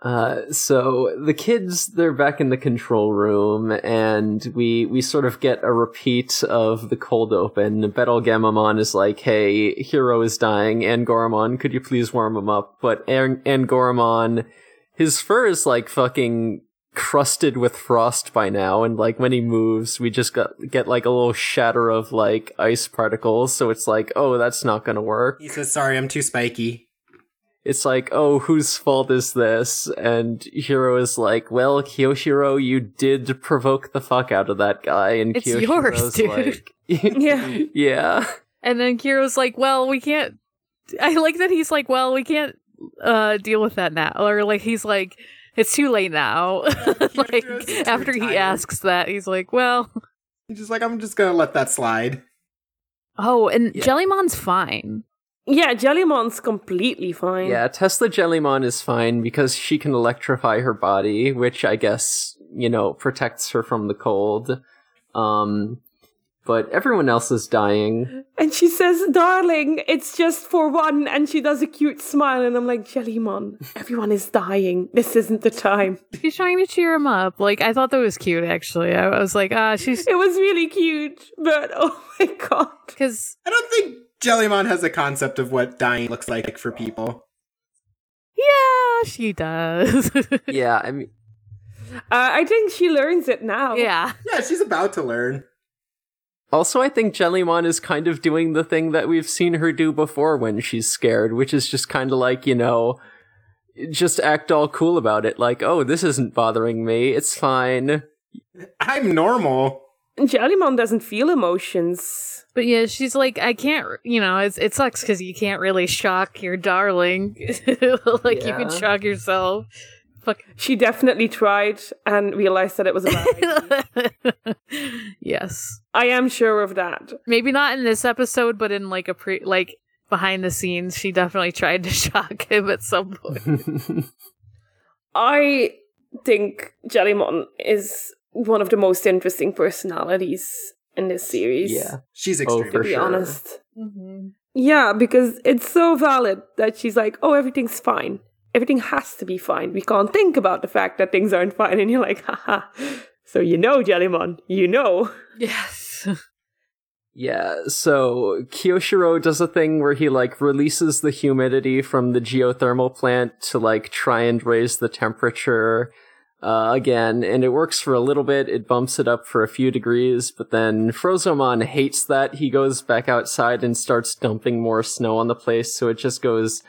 Uh, so the kids, they're back in the control room, and we we sort of get a repeat of the cold open. Betelgemamon is like, "Hey, Hero is dying, and Goramon, could you please warm him up?" But and Goramon, his fur is like fucking crusted with frost by now, and like when he moves, we just got get like a little shatter of like ice particles. So it's like, oh, that's not gonna work
He says, sorry, I'm too spiky.
it's like, oh, whose fault is this? And Hiro is like, well, Kyoshiro, you did provoke the fuck out of that guy. And
It's yours,
Kyoshiro's
dude.
like,
Yeah.
yeah.
And then Kiro's like, "Well, we can't." I like that he's like, "Well, we can't uh, deal with that now," or like he's like, "It's too late now." like
Kiro's too
after
tired.
he asks that, he's like, "Well,
He's just like, I'm just gonna let that slide.
oh, and
Yeah.
Jellymon's fine."
Yeah, Jellymon's completely fine.
Yeah, Tesla Jellymon is fine because she can electrify her body, which I guess, you know, protects her from the cold. Um, but everyone else is dying.
And she says, Darling, it's just for one. And she does a cute smile. And I'm like, Jellymon, everyone is dying. This isn't the time.
She's trying to cheer him up. Like I thought that was cute. Actually, I I was like, ah, she's
It was really cute, but oh my god.
because
I don't think Jellymon has a concept of what dying looks like for people.
yeah, she does.
Yeah, I mean,
Uh, I think she learns it
Oh.
now.
yeah,
Yeah, she's about to learn.
also, I think Jellymon is kind of doing the thing that we've seen her do before when she's scared, which is just kind of like, you know, just act all cool about it. Like, oh, this isn't bothering me. It's fine.
I'm normal.
Jellymon doesn't feel emotions.
but yeah, she's like, I can't. You know, it's, it sucks because you can't really shock your darling. like you
Yeah.
can shock yourself.
She definitely tried and realized that it was a bad idea.
yes,
I am sure of that.
maybe not in this episode, but in like a pre like behind the scenes, she definitely tried to shock him at some point.
I think Jellymon is one of the most interesting personalities in this series.
yeah.
She's
Oh,
extremely.
for
to be
sure.
honest.
Mm-hmm.
Yeah, because it's so valid that she's like, oh, everything's fine. Everything has to be fine. We can't think about the fact that things aren't fine. And you're like, haha. So you know, Jellymon, you know.
Yes.
Yeah, so Kyoshiro does a thing where he like releases the humidity from the geothermal plant to like try and raise the temperature uh, again, and it works for a little bit. It bumps it up for a few degrees, but then Frozomon hates that. He goes back outside and starts dumping more snow on the place, so it just goes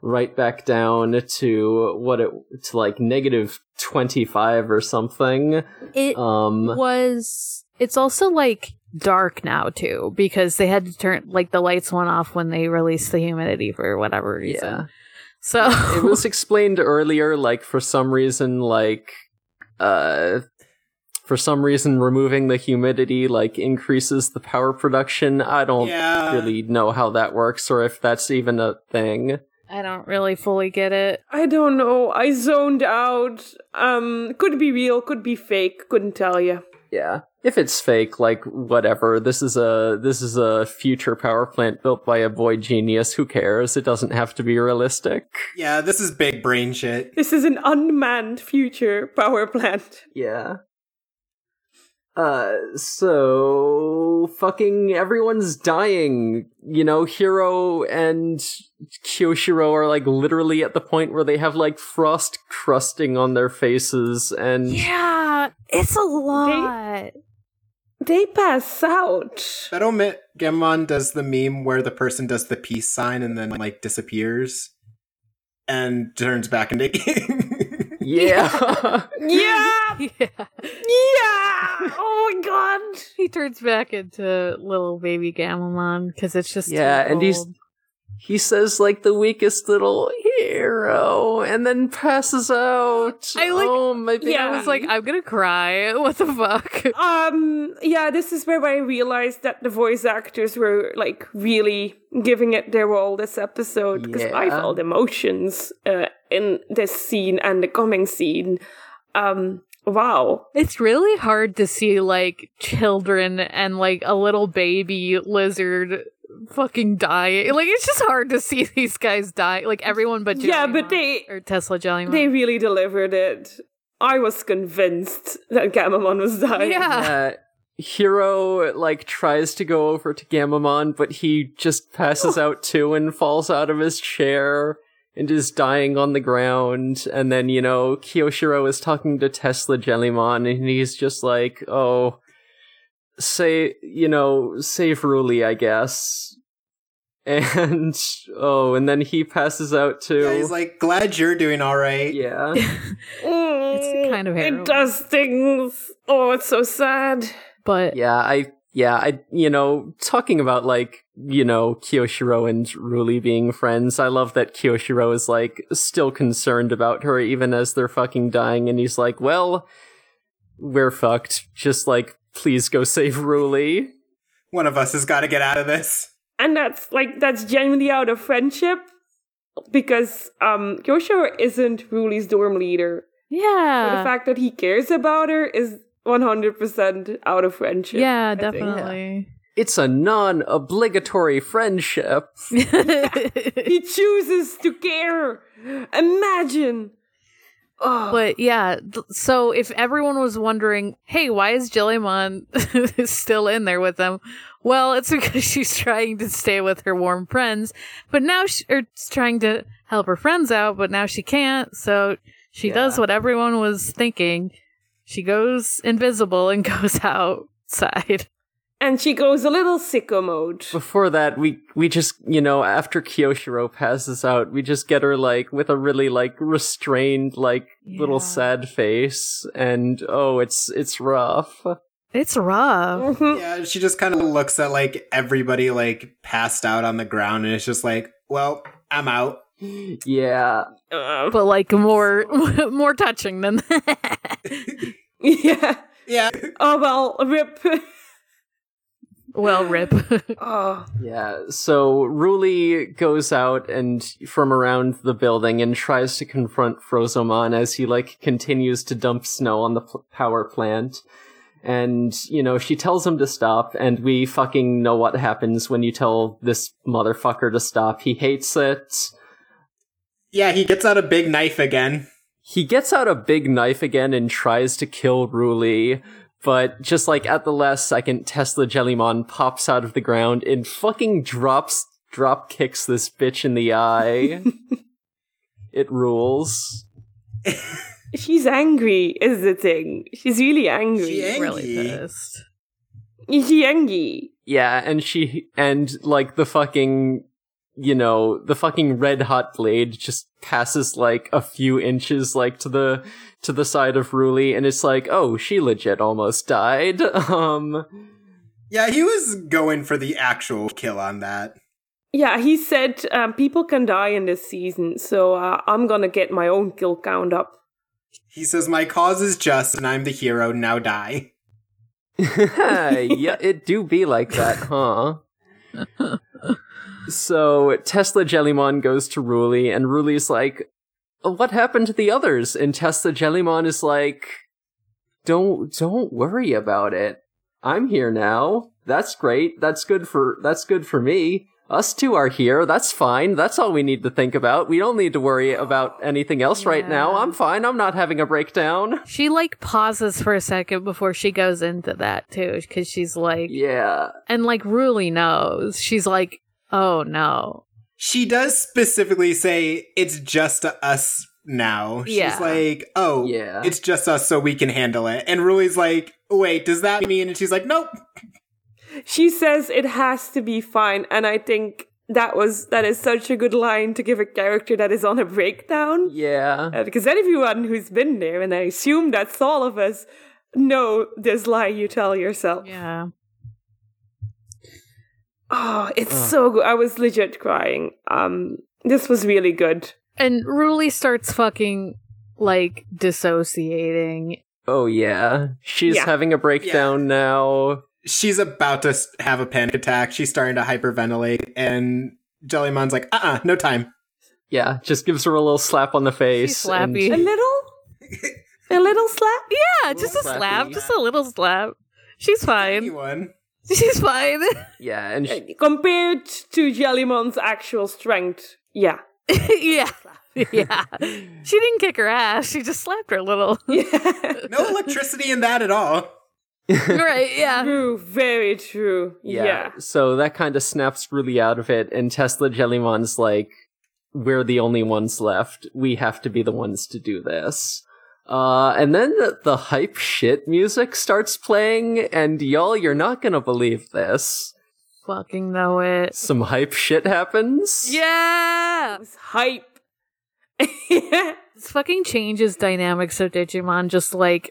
right back down to what it to like negative twenty five or something.
It
Um,
was it's also like dark now too because they had to turn like the lights went off when they released the humidity for whatever reason.
yeah.
So
it was explained earlier like for some reason like uh for some reason removing the humidity like increases the power production i don't
Yeah.
really know how that works or if that's even a thing
I don't really fully get it.
I don't know. I zoned out. Um, could be real, could be fake. Couldn't tell you.
yeah if it's fake like whatever this is a this is a future power plant built by a boy genius who cares it doesn't have to be realistic
Yeah, this is big brain shit.
This is an unmanned future power plant.
Yeah. Uh, so fucking everyone's dying. You know, Hiro and Kyoshiro are like literally at the point where they have like frost crusting on their faces, and
Yeah, it's a lot.
They pass out.
That Omit Gemmon does the meme where the person does the peace sign and then like disappears and turns back into game.
yeah,
Yeah,
yeah.
yeah. Oh my god.
He turns back into little baby Gamelon because it's just
Yeah,
too
and he's-
cold.
he says like the weakest little hero, and then passes out.
I like-
oh my baby.
Yeah,
I was like, I'm gonna cry. What the fuck?
um yeah this is where i realized that the voice actors were like really giving it their all this episode because i
Yeah.
felt emotions uh, in this scene and the coming scene um wow
It's really hard to see like children and like a little baby lizard fucking dying. Like it's just hard to see these guys die. Like everyone but
yeah
Jellymon.
but they
or Tesla Jellymon.
they really delivered it i was convinced that gamamon was dying
yeah.
Uh, Hiro like tries to go over to Gamamon, but he just passes out too and falls out of his chair and is dying on the ground. And then you know Kyoshiro is talking to Tesla Jellymon, and he's just like, "Oh, say you know save Ruli, I guess." And oh, and then he passes out too.
Yeah, he's like, glad you're doing all right.
yeah.
It's kind of harrowing.
Mm. it does things oh it's so sad
But
yeah i yeah i you know talking about like you know kyoshiro and ruli being friends i love that kyoshiro is like still concerned about her even as they're fucking dying and he's like well we're fucked just like please go save ruli
One of us has got to get out of this.
and that's like that's genuinely out of friendship because um Kyoshiro isn't Ruli's dorm leader. So the
yeah.
fact that he cares about her is 100% out of friendship.
yeah,
think.
definitely.
It's a non obligatory friendship.
He chooses to care. Imagine. Oh,
but yeah, th- so if everyone was wondering, hey, why is Jellymon still in there with them? Well, it's because she's trying to stay with her warm friends, but now she, or s- trying to help her friends out, but now she can't. So she does what everyone was thinking. She goes invisible and goes outside.
and she goes a little sicko mode.
Before that, we we just you know after Kyoshiro passes out, we just get her like with a really like restrained like
Yeah.
little sad face, and oh, it's it's rough.
It's rough.
Mhm.
Yeah, she just kind of looks at like everybody like passed out on the ground, and it's just like, well, I'm out.
Yeah,
Uh,
But like more, more touching than that.
yeah.
Yeah,
Oh, well, rip.
well, rip.
oh.
yeah. So Ruli goes out and from around the building and tries to confront Frozomon as he like continues to dump snow on the pl- power plant. And, you know, she tells him to stop, and we fucking know what happens when you tell this motherfucker to stop. He hates it.
yeah. He gets out a big knife again.
he gets out a big knife again and tries to kill Ruli, but just like at the last second, Tesla Jellymon pops out of the ground and fucking drops drop kicks this bitch in the eye. it rules.
She's angry, is the thing. She's really angry.
She ang-
really
Angie.
pissed.
She angry.
Yeah, and she and like the fucking you know, the fucking red hot blade just passes like a few inches like to the to the side of Ruli and it's like, "Oh, she legit almost died." Um
Yeah, he was going for the actual kill on that.
Yeah, he said um, people can die in this season, so uh, I'm gonna get my own kill count up.
He says, "My cause is just, and I'm the hero. Now die."
yeah, it do be like that, huh? so Tesla Jellymon goes to Ruli, and Ruli's like, "What happened to the others?" And Tesla Jellymon is like, "Don't don't worry about it. I'm here now. That's great. That's good for that's good for me." Us two are here. That's fine. That's all we need to think about. We don't need to worry about anything else right now.
Yeah.
I'm fine. I'm not having a breakdown.
She like pauses for a second before she goes into that too, because she's like,
Yeah.
and like Ruli knows. She's like, oh no,
She does specifically say, "It's just us now." She's
Yeah.
like, "Oh,
Yeah.
it's just us, so we can handle it." And Ruli's like, "Wait, does that mean?" And she's like, "Nope."
She says it has to be fine, and I think that was that is such a good line to give a character that is on a breakdown.
Yeah.
Uh, because anyone who's been there, and I assume that's all of us, know this lie you tell yourself.
yeah,
Oh, it's so good. I was legit crying. Um, this was really good.
and Ruli starts fucking like dissociating.
Oh yeah. She's
Yeah.
having a breakdown now.
She's about to s- have a panic attack. She's starting to hyperventilate, and Jellymon's like, "Uh, uh no time."
Yeah, just gives her a little slap on the face. and-
slappy.
A little, a little slap.
Yeah,
Little
just a slap,
slappy.
just a little slap. She's fine.
Anyone?
She's fine.
yeah, and she,
compared to Jellymon's actual strength. Yeah.
yeah. Yeah. She didn't kick her ass. She just slapped her a little.
Yeah.
No electricity in that at all.
right. Yeah.
true. Very true.
yeah.
Yeah.
So that kind of snaps really out of it, and Tesla Jellymon's like, "We're the only ones left. We have to be the ones to do this." Uh, and then the, the hype shit music starts playing, and y'all, you're not gonna believe this.
Fucking know it.
Some hype shit happens.
Yeah.
It was hype.
This fucking changes dynamics of Digimon just like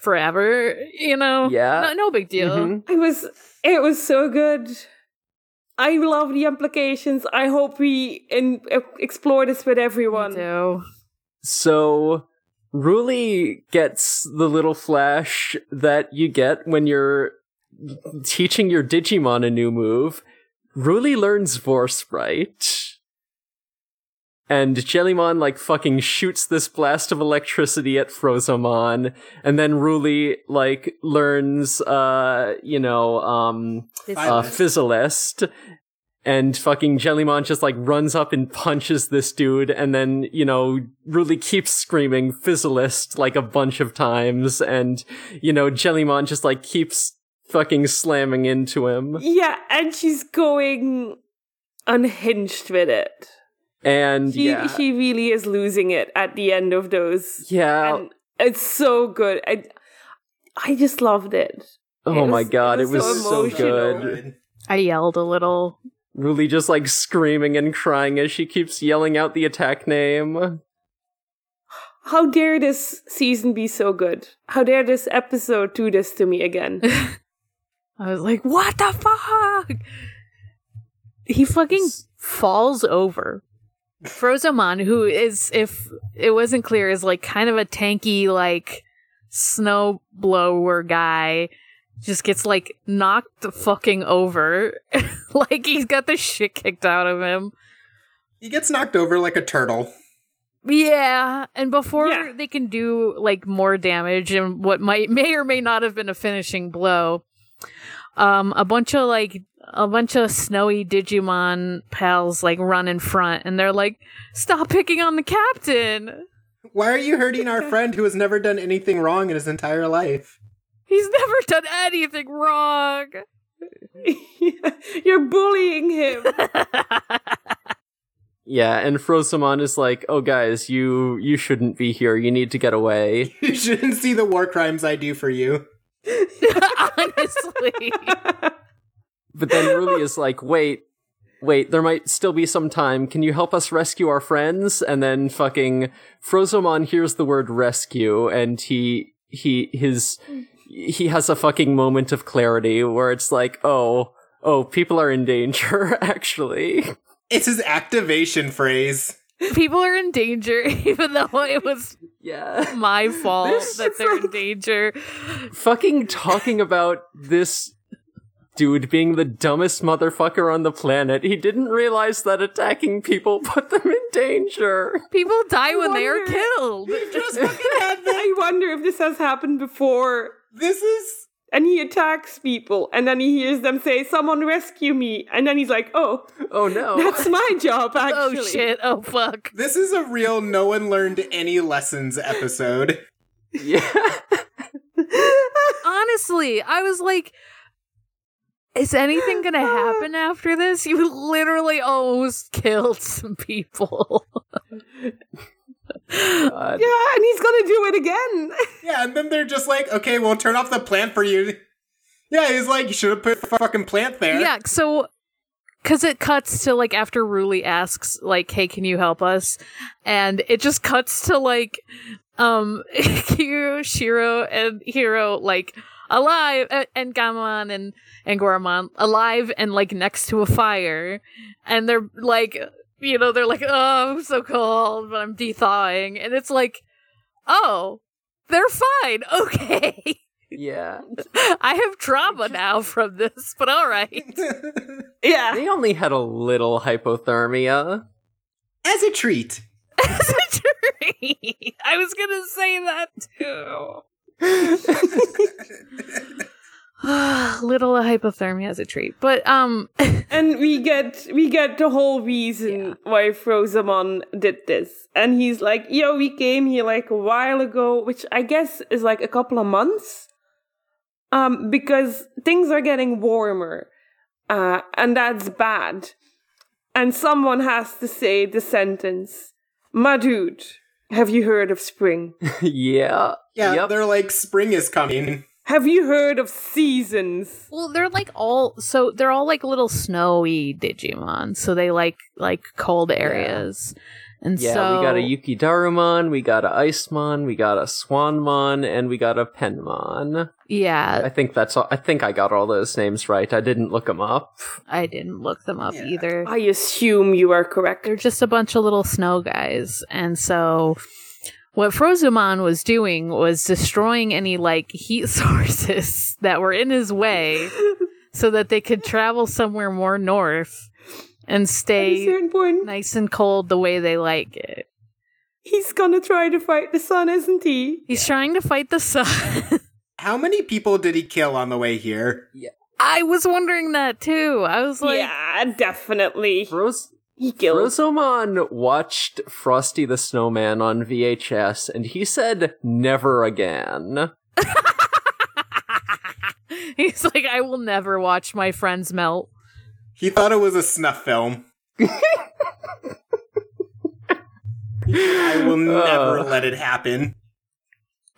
forever, you know?
Yeah.
No, no big deal.
Mhm.
it was it was so good. I love the implications. I hope we in, e- explore this with
Me
everyone.
too.
So Ruli gets the little flash that you get when you're teaching your Digimon a new move. Ruli learns Vorspite. And Jellymon like fucking shoots this blast of electricity at Frozomon, and then Ruli like learns, uh, you know, um, uh, Fizzlest, and fucking Jellymon just like runs up and punches this dude, and then you know really keeps screaming Fizzlest like a bunch of times, and you know Jellymon just like keeps fucking slamming into him,
Yeah, and she's going unhinged with it.
and
She
yeah,
she really is losing it at the end of those.
yeah,
And it's so good. I I just loved it.
oh
it
my
was-
god,
it was so
so
emotional.
good.
I yelled a little.
Really just like screaming and crying as she keeps yelling out the attack name.
How dare this season be so good? How dare this episode do this to me again?
I was like, what the fuck? He fucking falls over. Frozomon, who is, if it wasn't clear, is like kind of a tanky, like snow blower guy, just gets like knocked the fucking over. like he's got the shit kicked out of him.
He gets knocked over like a turtle.
Yeah, and before
Yeah.
they can do like more damage and what might may or may not have been a finishing blow, um, a bunch of like a bunch of snowy Digimon pals like run in front and they're like, "Stop picking on the captain!
Why are you hurting our friend who has never done anything wrong in his entire life?
He's never done anything wrong."
You're bullying him.
Yeah, and Frozomon is like, "Oh guys, you you shouldn't be here. You need to get away."
You shouldn't see the war crimes I do for you.
Honestly,
But then Ruli is like, "Wait, wait, there might still be some time. Can you help us rescue our friends?" And then fucking Frozomon hears the word rescue and he he his he has a fucking moment of clarity where it's like, "Oh, oh, people are in danger actually."
It's his activation phrase.
people are in danger, even though it was
Yeah.
my fault
This
that they're in danger.
fucking talking about this dude being the dumbest motherfucker on the planet. He didn't realize that attacking people put them in danger.
People die when they are
wonder-
killed.
Just fucking had that.
I wonder if this has happened before.
This is
And he attacks people, and then he hears them say, "Someone rescue me!" And then he's like, "Oh,
Oh no.
that's my job." Actually,
Oh shit! Oh fuck!
this is a real no one learned any lessons episode.
yeah.
Honestly, I was like, is anything gonna happen after this? You literally almost killed some people.
God.
Yeah, and he's gonna do it again.
Yeah, and then they're just like, okay, we'll turn off the plant for you. Yeah, he's like, you should have put the fucking plant there.
yeah, so because it cuts to like after Ruli asks, like, "Hey, can you help us?" and it just cuts to like, um, Kiru, Shiro, and Hiro like alive, uh, and Gamon and and Goramon alive and like next to a fire, and they're like, you know, they're like, "Oh, I'm so cold, but I'm thawing," and it's like, "Oh." They're fine. Okay.
Yeah.
I have trauma now from this, but all right.
Yeah,
They only had a little hypothermia.
As a treat.
as a tree. I was gonna say that too. Little hypothermia as a treat, but um,
and we get we get the whole reason why Frozamon did this, and he's like, "Yo, we came here like a while ago, which I guess is like a couple of months, um, because things are getting warmer, uh, and that's bad." And someone has to say the sentence, "My dude, have you heard of spring?"
yeah.
Yeah,
Yep.
they're like, spring is coming.
Have you heard of seasons?
well, they're like all so they're all like little snowy Digimon, so they like like cold areas, and
Yeah,
so
we got a Yukidarumon, we got a Icemon, we got a Swanmon, and we got a Penmon. I
yeah.
think that's all. I think I got all those names right. I didn't look them up.
I didn't look them up
Yeah.
either.
I assume you are correct.
they're just a bunch of little snow guys. And so what Frozumon was doing was destroying any like heat sources that were in his way so that they could travel somewhere more north. and
At a
stay
certain point,
nice and cold the way they like it.
he's gonna try to fight the sun, isn't he?
He's trying to fight the sun.
How many people did he kill on the way here?
I was wondering that too. I was like,
yeah, definitely.
Rose-
He killed.
Rosamon watched Frosty the Snowman on VHS and he said, never again.
he's like, I will never watch my friends melt.
He thought it was a snuff film. I will never
Uh.
let it happen.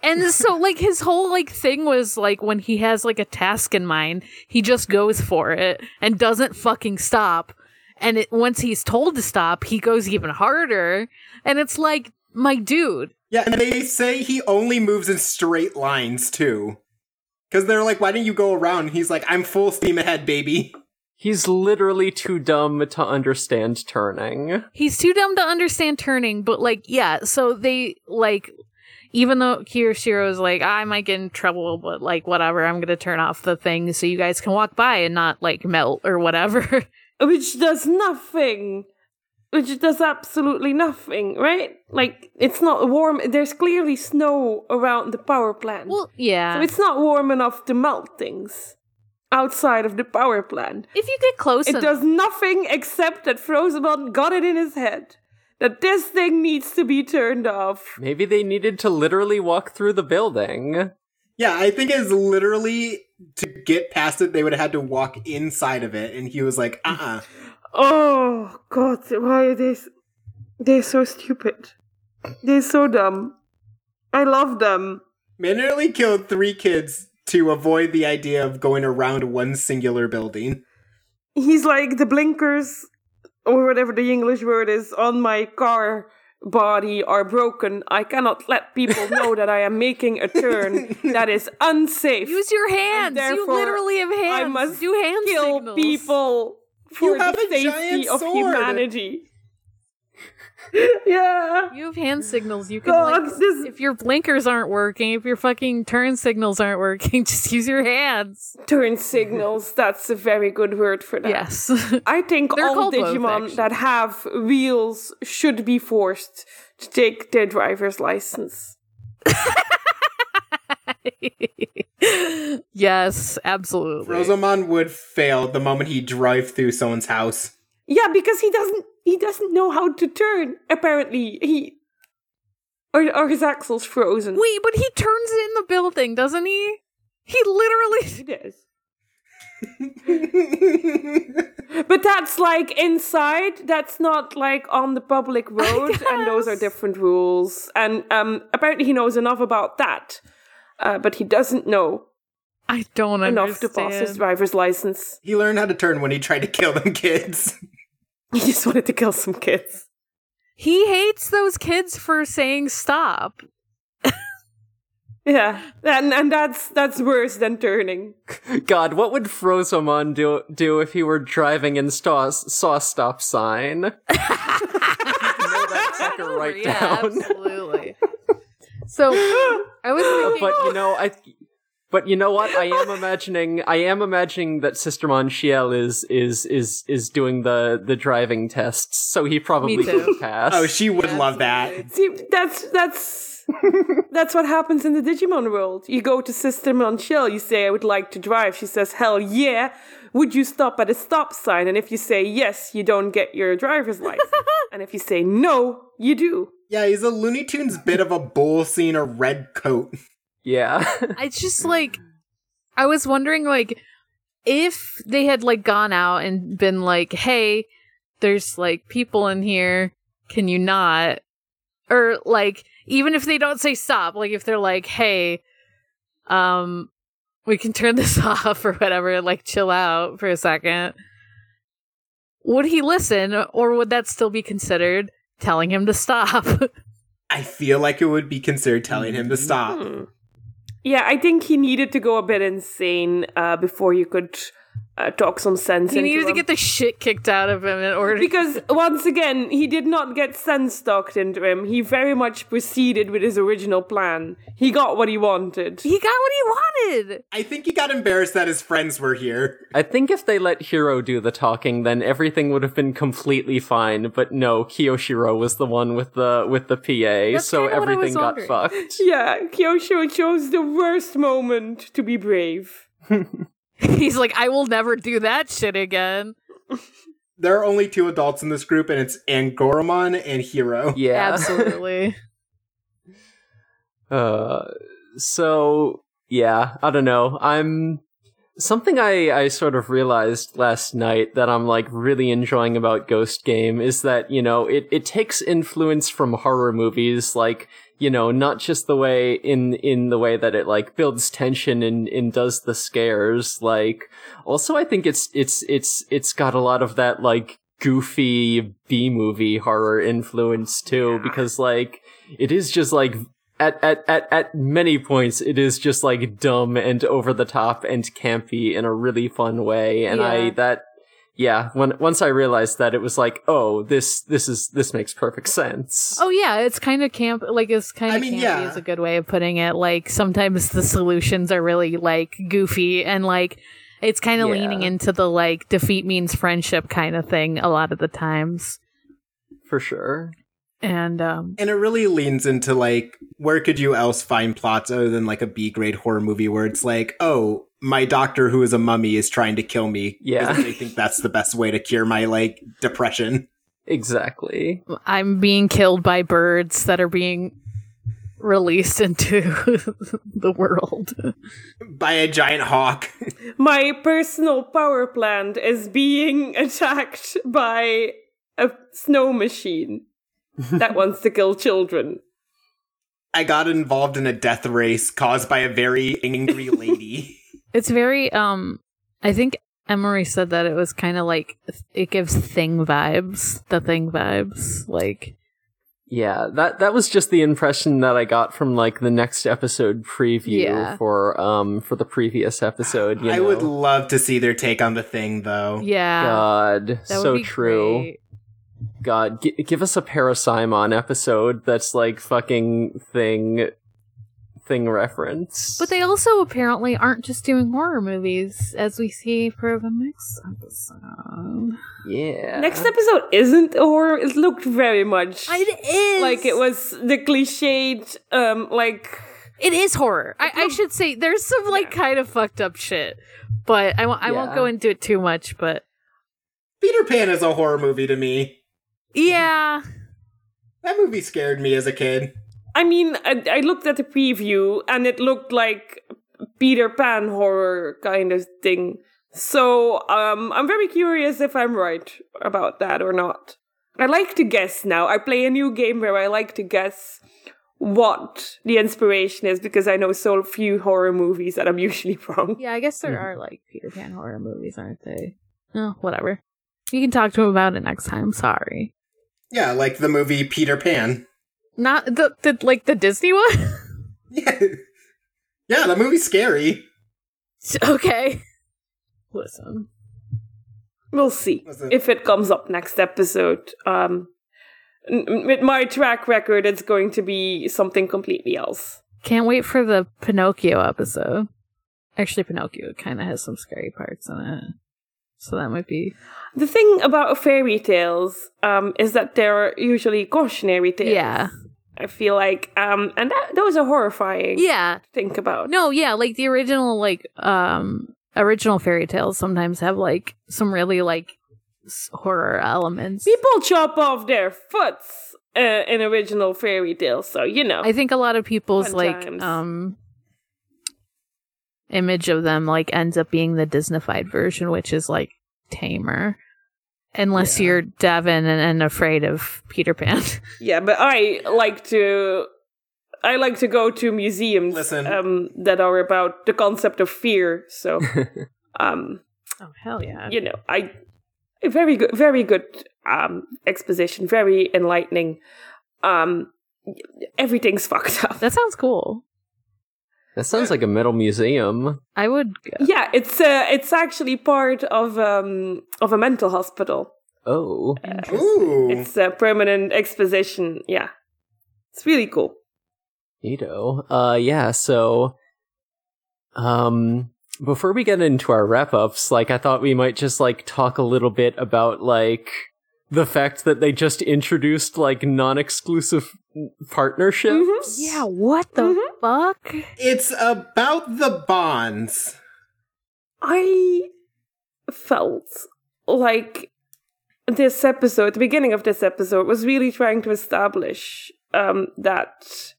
And so like his whole like thing was like when he has like a task in mind, he just goes for it and doesn't fucking stop. And it, once he's told to stop, he goes even harder. And it's like, my dude,
Yeah, and they say he only moves in straight lines too. Because they're like, why don't you go around? He's like, I'm full steam ahead, baby.
He's literally too dumb to understand turning.
he's too dumb to understand turning, but like, yeah, so they like even though Kiyoshiro is like, "Ah, I might get in trouble, but like whatever, I'm gonna turn off the thing so you guys can walk by and not like melt or whatever.
which does nothing which does absolutely nothing right like it's not warm there's clearly snow around the power plant
well, yeah.
so it's not warm enough to melt things outside of the power plant
if you get close
it
enough-
does nothing except that Frozenbond got it in his head that this thing needs to be turned off
Maybe they needed to literally walk through the building.
Yeah, I think it's literally to get past it, they would have had to walk inside of it. And he was like, uh uh
oh god why are they s- they're so stupid they're so dumb i love them
Manually killed three kids to avoid the idea of going around one singular building.
he's like the blinkers or whatever the english word is on my car body are broken i cannot let people know that i am making a turn that is unsafe
Use your hands. You
therefore,
literally have hands.
i must
Do hand
kill
signals.
people for
have
the
a giant
safety of
sword.
humanity yeah
You have hand signals. You can
God,
like,
this-
if your blinkers aren't working, if your fucking turn signals aren't working, just use your hands.
turn signals that's a very good word for that
Yes.
I think
They're
all
called both,
Digimon
actually.
that have wheels should be forced to take their driver's license.
yes, absolutely.
Rosamond would fail the moment he drive through someone's house.
Yeah, because he doesn't he doesn't know how to turn. Apparently, he or or his axle's frozen.
Wait, but he turns in the building, doesn't he? He literally.
It is. But that's like inside. That's not like on the public road, and those are
guess.
different rules. And um, apparently, he knows enough about that, uh, but he doesn't know
I don't
enough to pass his
understand.
driver's license.
he learned how to turn when he tried to kill them kids.
He just wanted to kill some kids.
He hates those kids for saying stop.
Yeah, and and that's that's worse than turning.
God, what would Frozomon do, do if he were driving and saw, saw a stop sign? Know that sucker right
Oh,
yeah,
down.
absolutely. So I was thinking.
but you know, I. But you know what? I am imagining. I am imagining that Sister Monchiel is is is is doing the the driving tests, so he probably
too.
could pass.
Oh, she would love that.
See, that's that's that's what happens in the Digimon world. You go to Sister Monchel, you say, "I would like to drive." She says, "Hell yeah!" Would you stop at a stop sign? And if you say yes, you don't get your driver's license. and if you say no, you do.
Yeah, he's a Looney Tunes bit of a bull seeing a red coat.
yeah.
It's just like I was wondering like if they had like gone out and been like, "Hey, there's like people in here. Can you not?" Or like even if they don't say stop, like if they're like, "Hey, um we can turn this off or whatever, like chill out for a second. Would he listen or would that still be considered telling him to stop?
I feel like it would be considered telling him to
Ah.
stop.
Hmm. Yeah, I think he needed to go a bit insane uh, before you could uh, talk some sense
He
into
needed to
him.
get the shit kicked out of him in order.
because once again, he did not get sense talked into him. He very much proceeded with his original plan. He got what he wanted.
he got what he wanted.
I think he got embarrassed that his friends were here.
I think if they let Hiro do the talking, then everything would have been completely fine. But no, Kiyoshiro was the one with the with the PA,
That's
so
kinda what I
everything
was
got
wondering.
fucked.
Yeah, Kyosho chose the worst moment to be brave.
He's like, I will never do that shit again.
There are only two adults in this group, and it's Angoramon and Hiro.
Yeah,
Absolutely.
Uh, so yeah, I don't know. I'm something I I sort of realized last night that I'm like really enjoying about Ghost Game is that you know it it takes influence from horror movies like you know not just the way in in the way that it like builds tension and and does the scares like also I think it's it's it's it's got a lot of that like goofy B movie horror influence too because like it is just like at, at, at, at many points it is just like dumb and over the top and campy in a really fun way and i
Yeah.
that yeah when once i realized that it was like oh this this is this makes perfect sense
Oh yeah, it's kind of camp. Like it's kind
I
of
mean,
campy
yeah.
is a good way of putting it. Like sometimes the solutions are really like goofy and like it's kind of
Yeah.
leaning into the like defeat means friendship kind of thing a lot of the times.
for sure
And um,
And it really leans into like, where could you else find plots other than like a B grade horror movie where it's like, oh, my doctor who is a mummy is trying to kill me.
Yeah.
Because they think that's the best way to cure my like depression.
exactly
I'm being killed by birds that are being released into the world.
By a giant hawk.
My personal power plant is being attacked by a snow machine that wants to kill children.
I got involved in a death race caused by a very angry lady.
It's very um I think Emery said that it was kind of like it gives thing vibes, the thing vibes, like
yeah that that was just the impression that i got from like the next episode preview
Yeah.
for um for the previous episode you
I
know?
would love to see their take on the thing though.
yeah.
god
that would
Oh, so
be
true
great.
God, g- give us a Parasimon episode that's like fucking thing, thing reference.
But they also apparently aren't just doing horror movies, as we see for the next episode.
yeah.
Next episode isn't a horror. It looked very much
is
like it was the cliched, um, like
It is horror. I, I should say there's some like kind of fucked up shit, but I won't. I won't
Yeah.
go into it too much. But
Peter Pan is a horror movie to me.
yeah,
That movie scared me as a kid.
I mean, I, I looked at the preview and it looked like Peter Pan horror kind of thing. So um, I'm very curious if I'm right about that or not. I like to guess now. I play a new game where I like to guess what the inspiration is because I know so few horror movies that I'm usually wrong.
yeah. I guess there
Mhm.
are like Peter Pan horror movies, aren't they? Oh, whatever. You can talk to him about it next time. Sorry.
Yeah, like the movie Peter Pan.
Not the, the like the Disney one.
Yeah. Yeah, that movie's scary.
okay. Listen.
We'll see
Was it-
if it comes up next episode. Um, n- n- with my track record, it's going to be something completely else.
Can't wait for the Pinocchio episode. Actually, Pinocchio kind of has some scary parts in it, so that might be
The thing about fairy tales um, is that they're usually cautionary tales.
yeah.
I feel like, um, and that, those are horrifying to
Yeah,
think about.
No, yeah, like the original, like um, original fairy tales sometimes have like some really like s- horror elements.
People chop off their foots uh, in original fairy tales, so you know.
I think a lot of people's like
Sometimes.
um image of them like ends up being the Disneyfied version, which is like tamer, unless
Yeah.
you're Devin and, and afraid of Peter Pan.
yeah, but I like to. I like to go to museums
Listen.
um, that are about the concept of fear. So, um,
oh hell yeah!
you know, I very good, very good um, exposition, very enlightening. Um, everything's fucked up.
That sounds cool.
That sounds like a metal museum.
I would.
Yeah, it's uh, it's actually part of um of a mental hospital.
Oh,
Ooh.
It's a permanent exposition. Yeah, it's really cool.
neato. Uh, yeah. So, um, before we get into our wrap ups, like I thought we might just like talk a little bit about like the fact that they just introduced like non-exclusive partnerships.
Mm-hmm.
Yeah, what the
Mhm.
fuck?
It's about the bonds.
I felt like this episode, the beginning of this episode, was really trying to establish um, that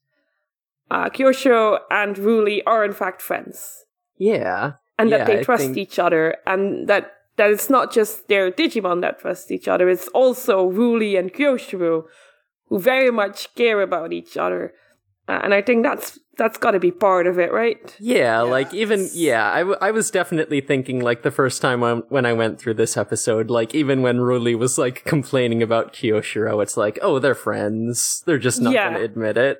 uh, Kyosho and Ruli are in fact friends,
Yeah.
and that
Yeah,
they
I
trust
think-
each other, and that that it's not just their Digimon that trust each other; it's also Ruli and Kyosho who very much care about each other. Uh, and I think that's that's got to be part of it, right?
Yeah, like even yeah, I, w- I was definitely thinking like the first time when, when I went through this episode, like even when Ruli was like complaining about Kiyoshiro, it's like, oh, they're friends. They're just not
Yeah.
gonna admit it.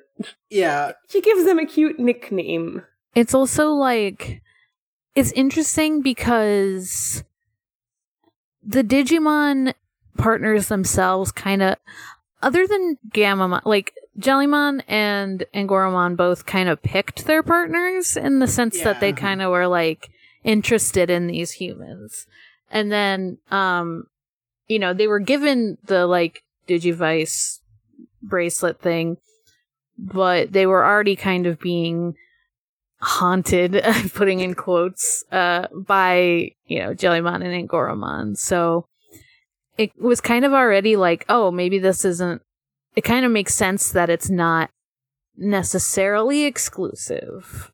Yeah.
She gives them a cute nickname.
It's also like it's interesting because the Digimon partners themselves kind of other than Gamamon, like Jellymon and Angoramon both kind of picked their partners in the sense that they
Yeah.
kind of were like interested in these humans. And then um you know, they were given the like Digivice bracelet thing, but they were already kind of being haunted, putting in quotes, uh, by, you know, Jellymon and Angoramon. So it was kind of already like, oh, maybe this isn't, it kind of makes sense that it's not necessarily exclusive.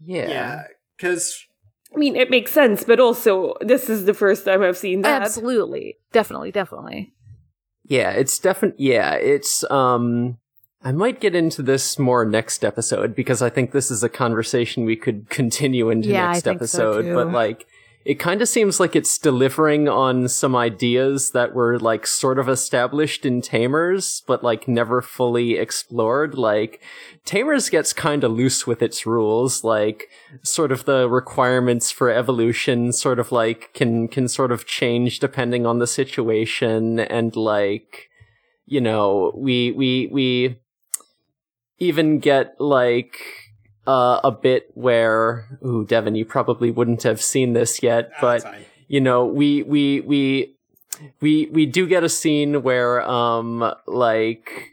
Yeah.
Yeah. Because
I mean, it makes sense, but also this is the first time I've seen that.
Absolutely. Definitely, definitely.
Yeah, it's definitely yeah, it's um I might get into this more next episode because I think this is a conversation we could continue into
Yeah, I
next
think so,
episode,
too.
but like it kind of seems like it's delivering on some ideas that were like sort of established in Tamers but like never fully explored. Like Tamers gets kind of loose with its rules, like sort of the requirements for evolution sort of like can can sort of change depending on the situation and like you know we we we even get like uh, a bit where ooh Devin you probably wouldn't have seen this
uh,
yet but you know we we we we we do get a scene where um like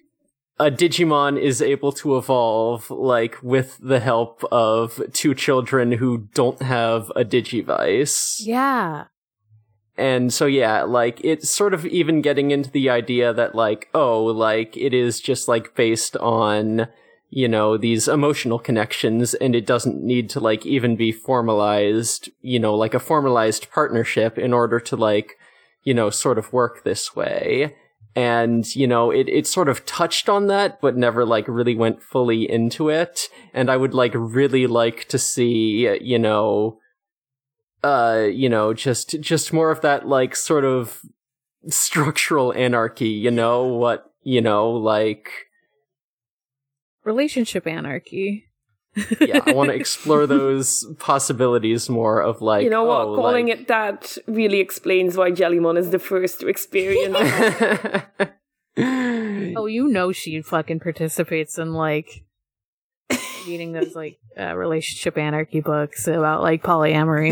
a digimon is able to evolve like with the help of two children who don't have a digivice
Yeah.
and so yeah like it's sort of even getting into the idea that like oh like it is just like based on you know these emotional connections and it doesn't need to like even be formalized you know like a formalized partnership in order to like you know sort of work this way and you know it, it sort of touched on that but never like really went fully into it and i would like really like to see you know uh you know just just more of that like sort of structural anarchy you know what you know like
Relationship anarchy.
yeah i want to explore those possibilities more of like
you know what?
oh,
Calling
like-
it that really explains why Jellymon is the first to experience. it.
Oh, you know she fucking participates in like reading those like uh, relationship anarchy books about like polyamory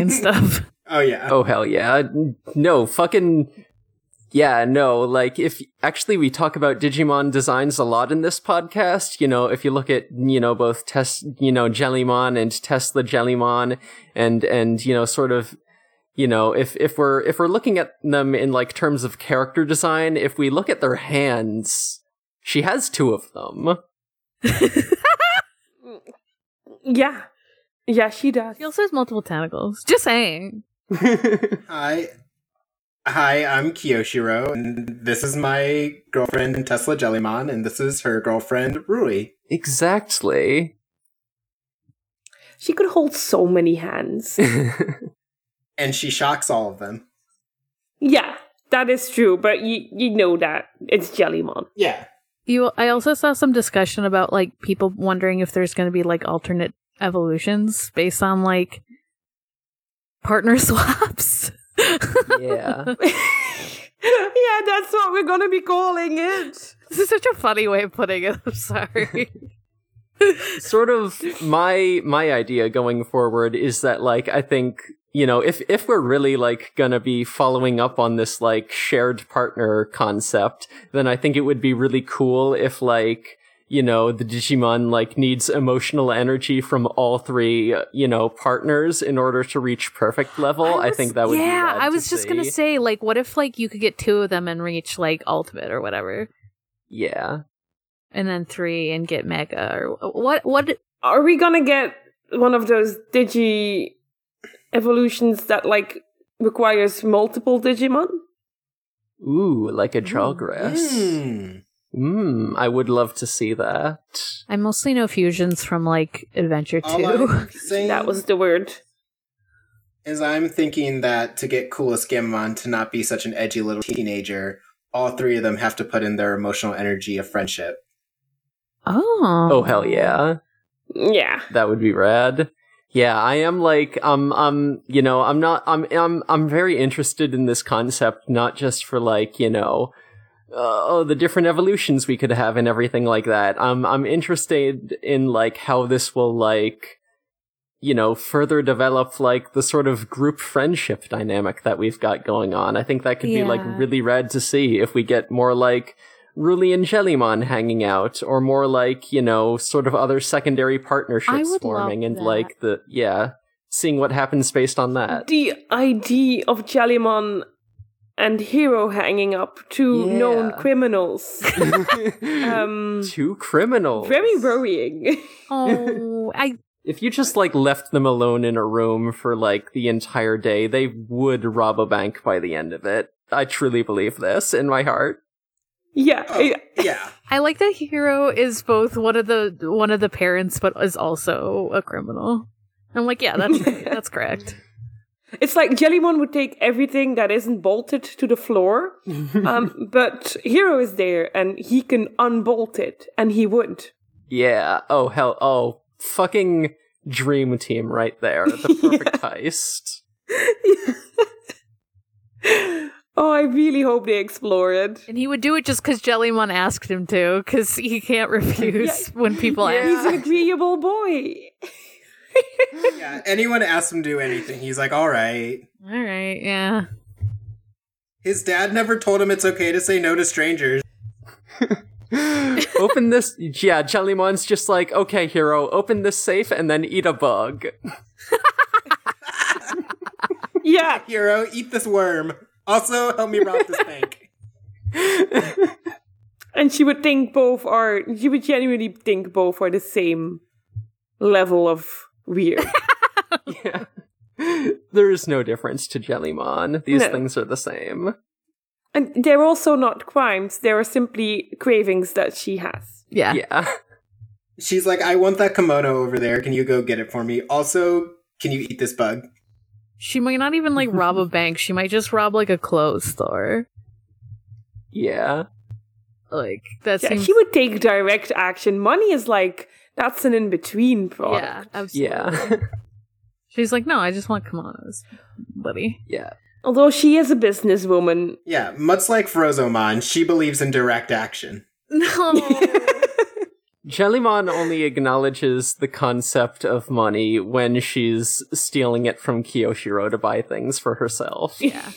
and stuff.
Oh, yeah.
oh hell yeah no fucking yeah no like if actually we talk about digimon designs a lot in this podcast you know if you look at you know both tes you know jellymon and tesla jellymon and and you know sort of you know if if we're if we're looking at them in like terms of character design if we look at their hands she has two of them
yeah, yeah, she does.
He also has multiple tentacles. Just saying.
Oh.
Hi. Hi, I'm Kiyoshiro, and this is my girlfriend Tesla Jellymon, and this is her girlfriend Rui.
exactly
She could hold so many hands.
And she shocks all of them.
yeah, that is true, but you you know that it's Jellymon.
Yeah.
You, I also saw some discussion about like people wondering if there's going to be like alternate evolutions based on like partner swaps.
Yeah.
yeah, that's what we're gonna be calling it.
This is such a funny way of putting it. I'm sorry.
sort of my my idea going forward is that like I think you know if if we're really like gonna be following up on this like shared partner concept, then I think it would be really cool if like you know the Digimon like needs emotional energy from all three uh, you know partners in order to reach perfect level. I,
was-
think that would
yeah.
Be rad
I
to
was just gonna
see.
say, like, what if like you could get two of them and reach like ultimate or whatever,
yeah.
and then three and get mega or what? What?
Are we gonna get one of those digi evolutions that like requires multiple Digimon?
Ooh, like a
Mm,
Jawgrass.
Hmm.
Mm, I would love to see that.
I mostly know fusions from like Adventure
All
Two.
I'm saying
That was the word.
is I'm thinking that to get coolest Gamon to not be such an edgy little teenager, all three of them have to put in their emotional energy of friendship.
Oh.
Oh hell yeah.
Yeah.
That would be rad. Yeah, I am like um um you know, I'm not I'm I'm I'm very interested in this concept not just for like, you know, uh, oh the different evolutions we could have and everything like that. Um I'm interested in like how this will like you know, further develop like the sort of group friendship dynamic that we've got going on. I think that could be like
Yeah.
really rad to see if we get more like Ruli and Jellymon hanging out, or more like, you know, sort of other secondary
I
partnerships
would
forming
love
and
that.
like the yeah. Seeing what happens based on that.
The idea of Jellymon and Hero hanging up two
Yeah.
known criminals. um
Two criminals.
very worrying.
Oh, I
If you just like left them alone in a room for like the entire day, they would rob a bank by the end of it. I truly believe this in my heart.
yeah.
Oh,
I-
yeah.
I like that Hero is both one of the one of the parents, but is also a criminal. I'm like, yeah, that's right. that's correct.
It's like Jellymon would take everything that isn't bolted to the floor, um, but Hero is there and he can unbolt it, and he would.
Yeah. Oh hell. Oh fucking dream team right there. The perfect heist.
Oh, I really hope they explore it.
And he would do it just because Jellymon asked him to, because he can't refuse when people
Yeah.
He's
ask.
an agreeable boy.
yeah. Anyone asks him to do anything, he's like, all right.
All right, yeah.
His dad never told him it's okay to say no to strangers.
open this. Yeah, Jellymon's just like, okay, hero, open this safe and then eat a bug.
Yeah,
Hero, eat this worm. Also, help me rob this bank.
and she would think both are. She would genuinely think both are the same level of weird.
Yeah. There is no difference to Jellymon. These
No.
things are the same.
and they're also not crimes. They are simply cravings that she has.
Yeah.
Yeah.
She's like, I want that kimono over there. Can you go get it for me? Also, can you eat this bug?
She might not even like rob a bank. She might just rob like a clothes store.
Yeah.
Like that
Yeah,
seems.
she would take direct action. Money is like that's an in between product.
yeah, absolutely.
Yeah.
She's like, no, I just want kimonos, buddy.
Yeah.
Although she is a businesswoman.
Yeah, much like Frozomon, she believes in direct action.
No.
Jellymon only acknowledges the concept of money when she's stealing it from Kiyoshiro to buy things for herself.
yeah.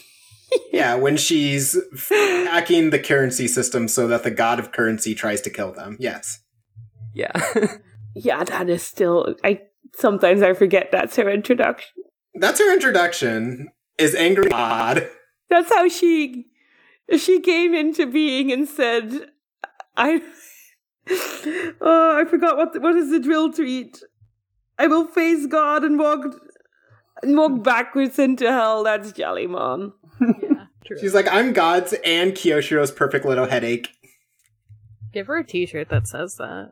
Yeah, when she's f- hacking the currency system so that the god of currency tries to kill them. Yes.
Yeah.
Yeah, that is still I sometimes I forget that's her introduction.
That's her introduction. Is angry god.
That's how she she came into being and said I Oh, I forgot what what is the drill tweet. I will face God and walk and walk backwards into hell. That's Jellymon.
Yeah. True.
She's like, I'm God's and Kyoshiro's perfect little headache.
Give her a T-shirt that says that.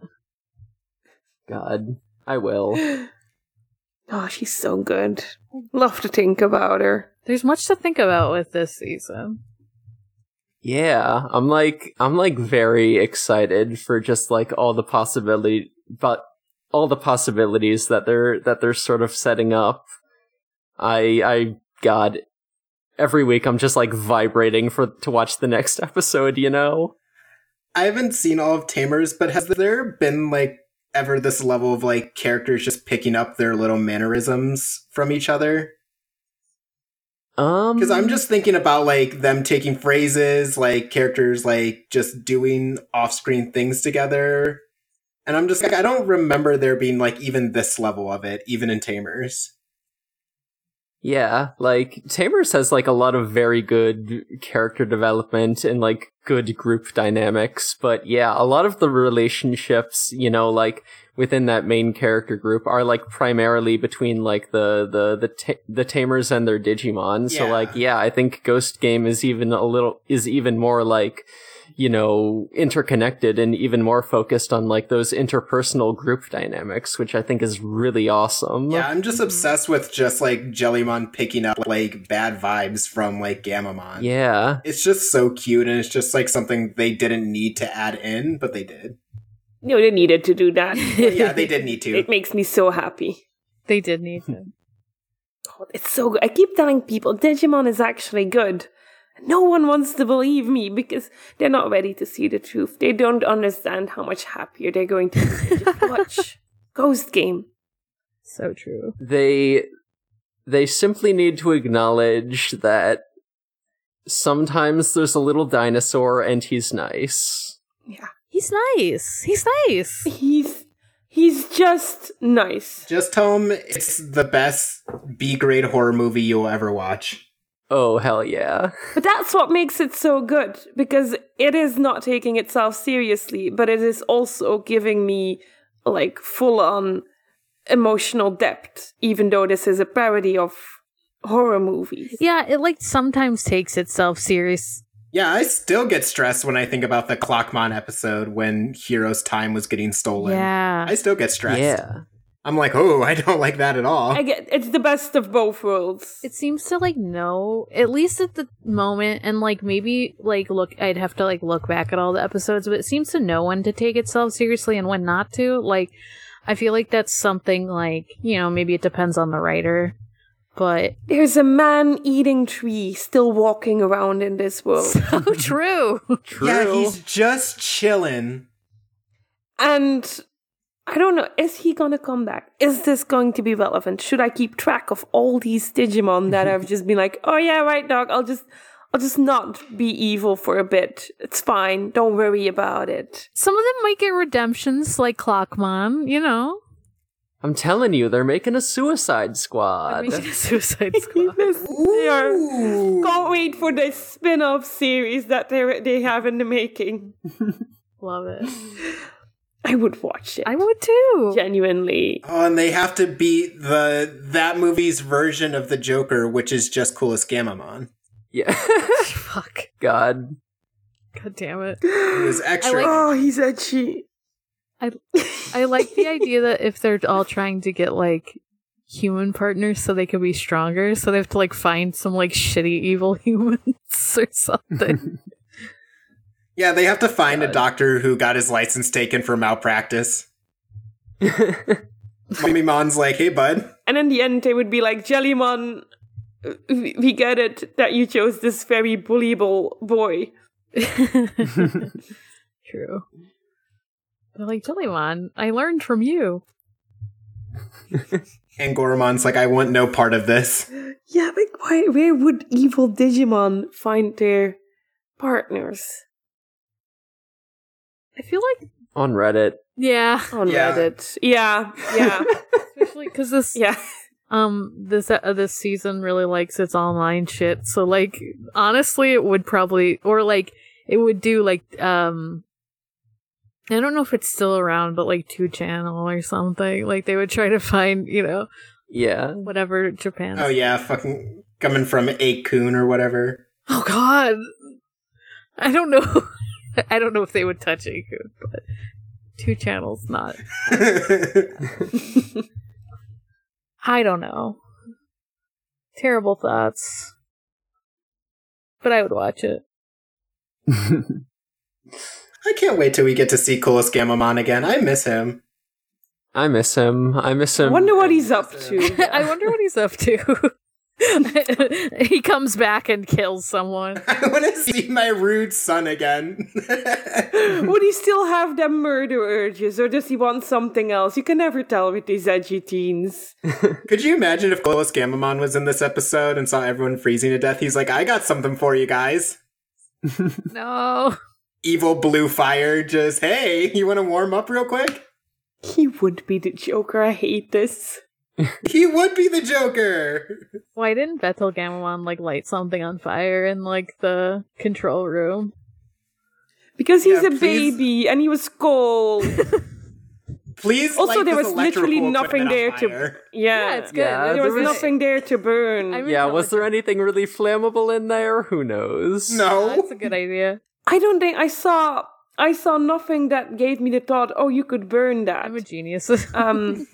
God, I will.
Oh, she's so good. Love to think about her.
There's much to think about with this season.
Yeah, I'm like I'm like very excited for just like all the possibility but all the possibilities that they're that they're sort of setting up. I I god every week I'm just like vibrating for to watch the next episode, you know?
I haven't seen all of Tamers, but has there been like ever this level of like characters just picking up their little mannerisms from each other?
Um
Because
Mm-hmm.
I'm just thinking about like them taking phrases, like characters like just doing off screen things together. And I'm just like, I don't remember there being like even this level of it, even in Tamers.
Yeah, like Tamers has like a lot of very good character development and like good group dynamics, but yeah, a lot of the relationships, you know, like within that main character group are like primarily between like the the the ta- the Tamers and their Digimon. So
Yeah.
like yeah, I think Ghost Game is even a little is even more like you know interconnected and even more focused on like those interpersonal group dynamics, which I think is really awesome.
Yeah, I'm just obsessed with just like Jellymon picking up like bad vibes from like Gamamon.
Yeah.
It's just so cute and it's just like something they didn't need to add in, but they did.
No, they needed to do that.
Oh, Yeah, they did need to.
It makes me so happy.
They did need to.
God, it's so good. I keep telling people Digimon is actually good. No one wants to believe me because they're not ready to see the truth. They don't understand how much happier they're going to be. Just watch Ghost Game.
so true.
they they simply need to acknowledge that sometimes there's a little dinosaur and he's nice.
Yeah.
He's nice. He's nice.
He's he's just nice.
Just tell 'em it's the best B grade horror movie you'll ever watch.
Oh hell yeah.
But that's what makes it so good because it is not taking itself seriously, but it is also giving me like full on emotional depth, even though this is a parody of horror movies.
Yeah, it like sometimes takes itself serious.
Yeah, I still get stressed when I think about the Clockmon episode when Hero's time was getting stolen.
Yeah.
I still get stressed.
Yeah.
I'm like, oh, I don't like that at all.
I get it's the best of both worlds.
it seems to like know at least at the moment and like maybe like look i'd have to like look back at all the episodes but it seems to know when to take itself seriously and when not to like i feel like that's something like you know maybe it depends on the writer but
There's a man eating tree still walking around in this world.
so Oh, true
True.
Yeah, he's just chilling.
And I don't know, is he gonna come back? Is this going to be relevant? Should I keep track of all these Digimon that I've just been like, oh yeah, right, dog, I'll just I'll just not be evil for a bit. It's fine. Don't worry about it.
some of them might get redemptions like clockmon you know
I'm telling you, they're making a suicide squad.
Making a suicide squad
This- they are-
Ooh.
Can't wait for this spin-off series that they they have in the making.
love it
I would watch it.
i would too
genuinely.
Oh, and they have to beat the that movie's version of the Joker, which is just coolest Gamamon.
yeah.
fuck
God.
god damn it
It was extra.
like-
Oh, he's edgy.
I- I like the idea that if they're all trying to get like human partners so they can be stronger, so they have to like find some like shitty evil humans or something.
yeah, they have to find a
God.
doctor who got his license taken for malpractice. Mommy Mon's like, hey, bud.
And in the end, they would be like, Jellymon, uh, we we get it that you chose this very bullyable boy.
True. They're like Jellymon, I learned from you.
And Goromon's like, I want no part of this.
Yeah, but why, where would evil Digimon find their partners?
I feel like
On Reddit.
yeah,
On
Yeah.
Reddit. Yeah, yeah,
especially because this
yeah.
um this uh, this season really likes its online shit so like honestly it would probably or like it would do like um i don't know if it's still around but like two channel or something like they would try to find you know
Yeah.
whatever japan
Oh yeah, fucking coming from a coon or whatever.
oh god i don't know i don't know if they would touch it but two channels not I don't know. Terrible thoughts. But I would watch it.
I can't wait till we get to see coolest Gamamon again. I miss him.
I miss him. I miss him.
Wonder what he's up to.
I wonder what he's up to. he comes back and kills someone.
I want to see my rude son again.
Would he still have them murder urges, or does he want something else? You can never tell with these edgy teens.
Could you imagine if Glowless Gamamon was in this episode and saw everyone freezing to death? He's like, I got something for you guys.
No.
Evil blue fire, just, hey, you want to warm up real quick?
He would be the Joker. I hate this.
He would be the Joker!
Why didn't Bethel Gamamon like light something on fire in like the control room?
Because he's
Yeah,
a
please.
baby and he was cold.
Please,
Also,
light
there
this
was literally
electrical
nothing
equipment
there
on
to-
fire.
yeah.
Yeah, it's good.
Yeah,
There was,
There was-
nothing there to burn.
I mean-
Yeah, was there anything really flammable in there? Who knows?
No.
Ah, That's a good idea.
I don't think I saw. I saw nothing that gave me the thought. Oh, you could burn that.
I'm a genius.
um,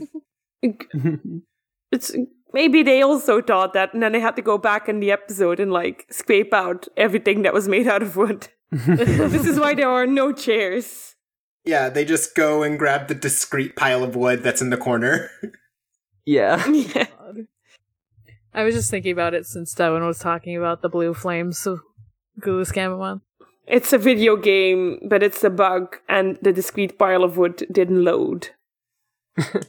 it's maybe they also thought that, and then they had to go back in the episode and like scrape out everything that was made out of wood. this is why there are no chairs.
Yeah, they just go and grab the discreet pile of wood that's in the corner.
Yeah.
Yeah.
God. I was just thinking about it since Devin was talking about the blue flames of Gulu Scamamon.
It's a video game, but it's a bug, and the discrete pile of wood didn't load.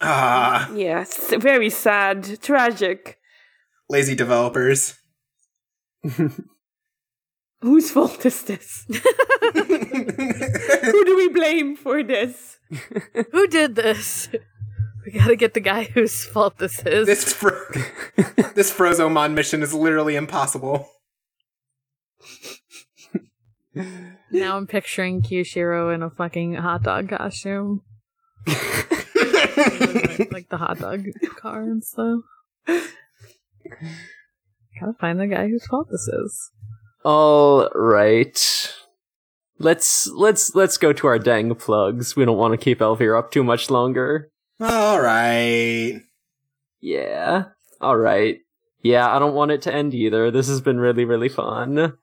Ah,
Yes, very sad, tragic.
lazy developers.
Whose fault is this? Who do we blame for this?
Who did this? We gotta get the guy whose fault this is.
this fro- this Frozomon mission is literally impossible.
Now I'm picturing Kyushiro in a fucking hot dog costume. like, like the hot dog car and stuff. Gotta find the guy whose fault this is.
All right. Let's let's let's go to our dang plugs. We don't want to keep Elvira up too much longer.
All right.
Yeah. All right. Yeah, I don't want it to end either. This has been really really fun.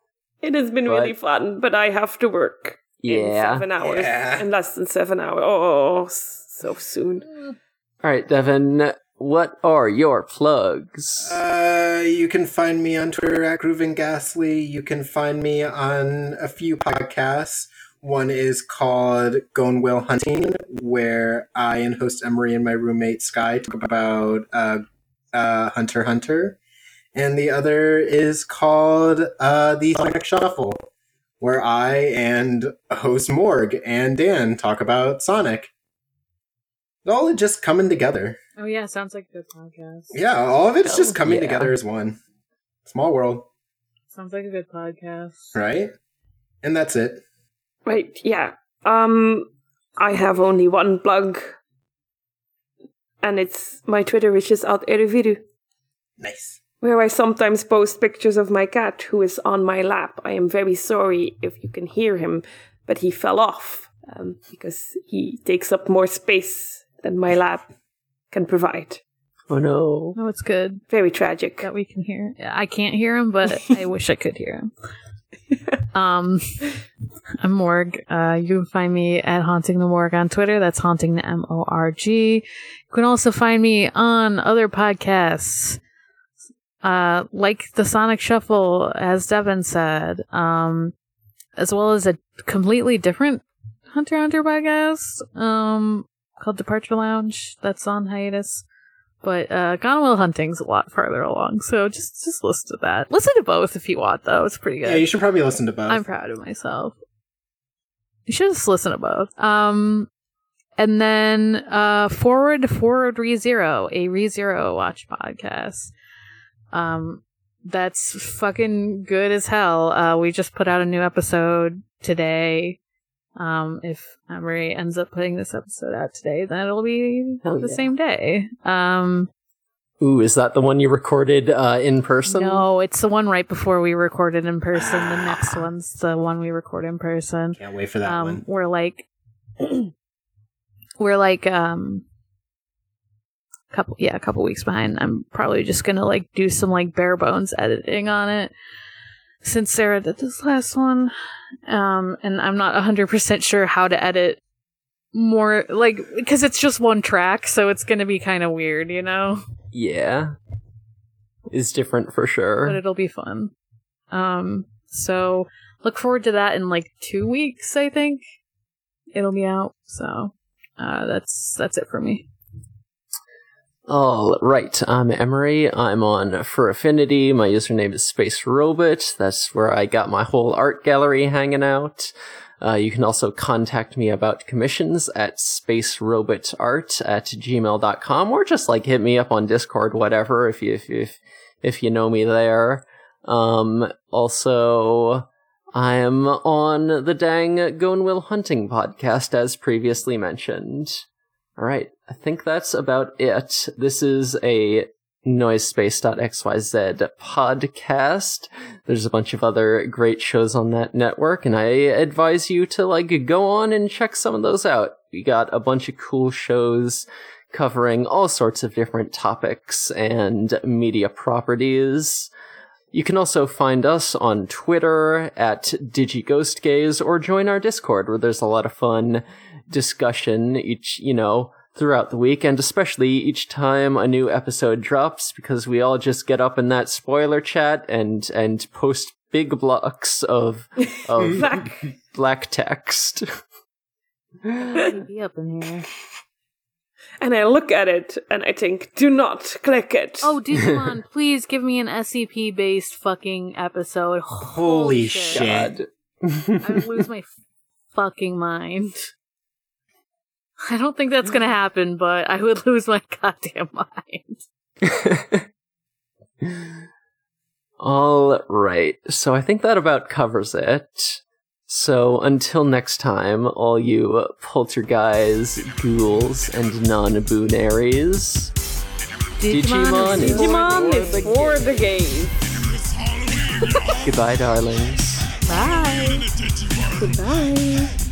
It has been
But-
really fun, but I have to work in
Yeah.
seven hours,
Yeah.
in less than seven hours. Oh, so soon.
All right, Devin, what are your plugs?
Uh, you can find me on Twitter at Groovin Ghastly. You can find me on a few podcasts. One is called Gone Whale Hunting, where I and host Emery and my roommate Sky talk about uh, uh, Hunter x Hunter. And the other is called uh, The Sonic Shuffle, where I and host Morg and Dan talk about Sonic. It all just coming together.
Oh yeah, sounds like a good podcast.
Yeah, all of it's
So,
just coming
yeah.
together as one. Small world,
Sounds like a good podcast.
right? And that's it.
Right, yeah. Um, I have only one plug, and it's my Twitter, which is at Ereviru,
Nice.
where I sometimes post pictures of my cat who is on my lap. I am very sorry if you can hear him, but he fell off um, because he takes up more space than my lap can provide.
Oh no.
No, it's good
Very tragic.
that we can hear. I can't hear him, but I wish I could hear him. Um, I'm Morg. Uh, you can find me at Haunting the Morg on Twitter. That's Haunting the M O R G. You can also find me on other podcasts, uh, like the Sonic Shuffle, as Devin said, um, as well as a completely different Hunter x Hunter podcast um, called Departure Lounge. That's on hiatus. But uh, Gone Whale Hunting's a lot farther along, so just just listen to that. Listen to both if you want, though. It's pretty good.
Yeah, you should probably listen to both.
I'm proud of myself. You should just listen to both. Um, and then uh, forward forward re zero a re zero watch podcast. Um, that's fucking good as hell. Uh, we just put out a new episode today. Um, if Emery ends up putting this episode out today, then it'll be
Hell
the
yeah.
same day. Um,
Ooh, is that the one you recorded uh, in person?
no, it's the one right before we recorded in person. The next one's the one we record in person.
Can't wait for that
um,
one.
We're like, we're like, um, couple, yeah, a couple weeks behind. I'm probably just gonna like do some like bare bones editing on it since Sarah did this last one. Um, and I'm not 100% sure how to edit more like because it's just one track, so it's gonna be kind of weird, you know.
Yeah. Is different for
But
sure.
it'll be fun. Um, so look forward to that in like two weeks. I think it'll be out. So uh, that's that's it for me.
All right, I'm Emery. I'm on Fur Affinity. My username is Space Robot. That's where I got my whole art gallery hanging out. Uh, you can also contact me about commissions at spacerobotart at gmail.com or just like hit me up on Discord, whatever, if you, if, if, if you know me there. Um, also, I'm on the dang Gone Will Hunting podcast as previously mentioned. All right, I think that's about it. This is a noisepace.xyz podcast. There's a bunch of other great shows on that network, and I advise you to like go on and check some of those out. We got a bunch of cool shows covering all sorts of different topics and media properties. You can also find us on Twitter at DigiGhostGaze or join our Discord where there's a lot of fun discussion each, you know, throughout the week and especially each time a new episode drops because we all just get up in that spoiler chat and and post big blocks of of
Fuck.
black text.
Be up in here.
And I look at it and I think, do not click it.
Oh, Digimon, please give me an SCP based fucking episode.
Holy shit.
God.
I would lose my fucking mind. I don't think that's gonna happen, but I would lose my goddamn mind.
All right. So I think that about covers it. So until next time, all you poltergeists, ghouls, and non-boonaries, Digimon is-
Digimon is for the game.
goodbye, darlings.
Bye.
Goodbye.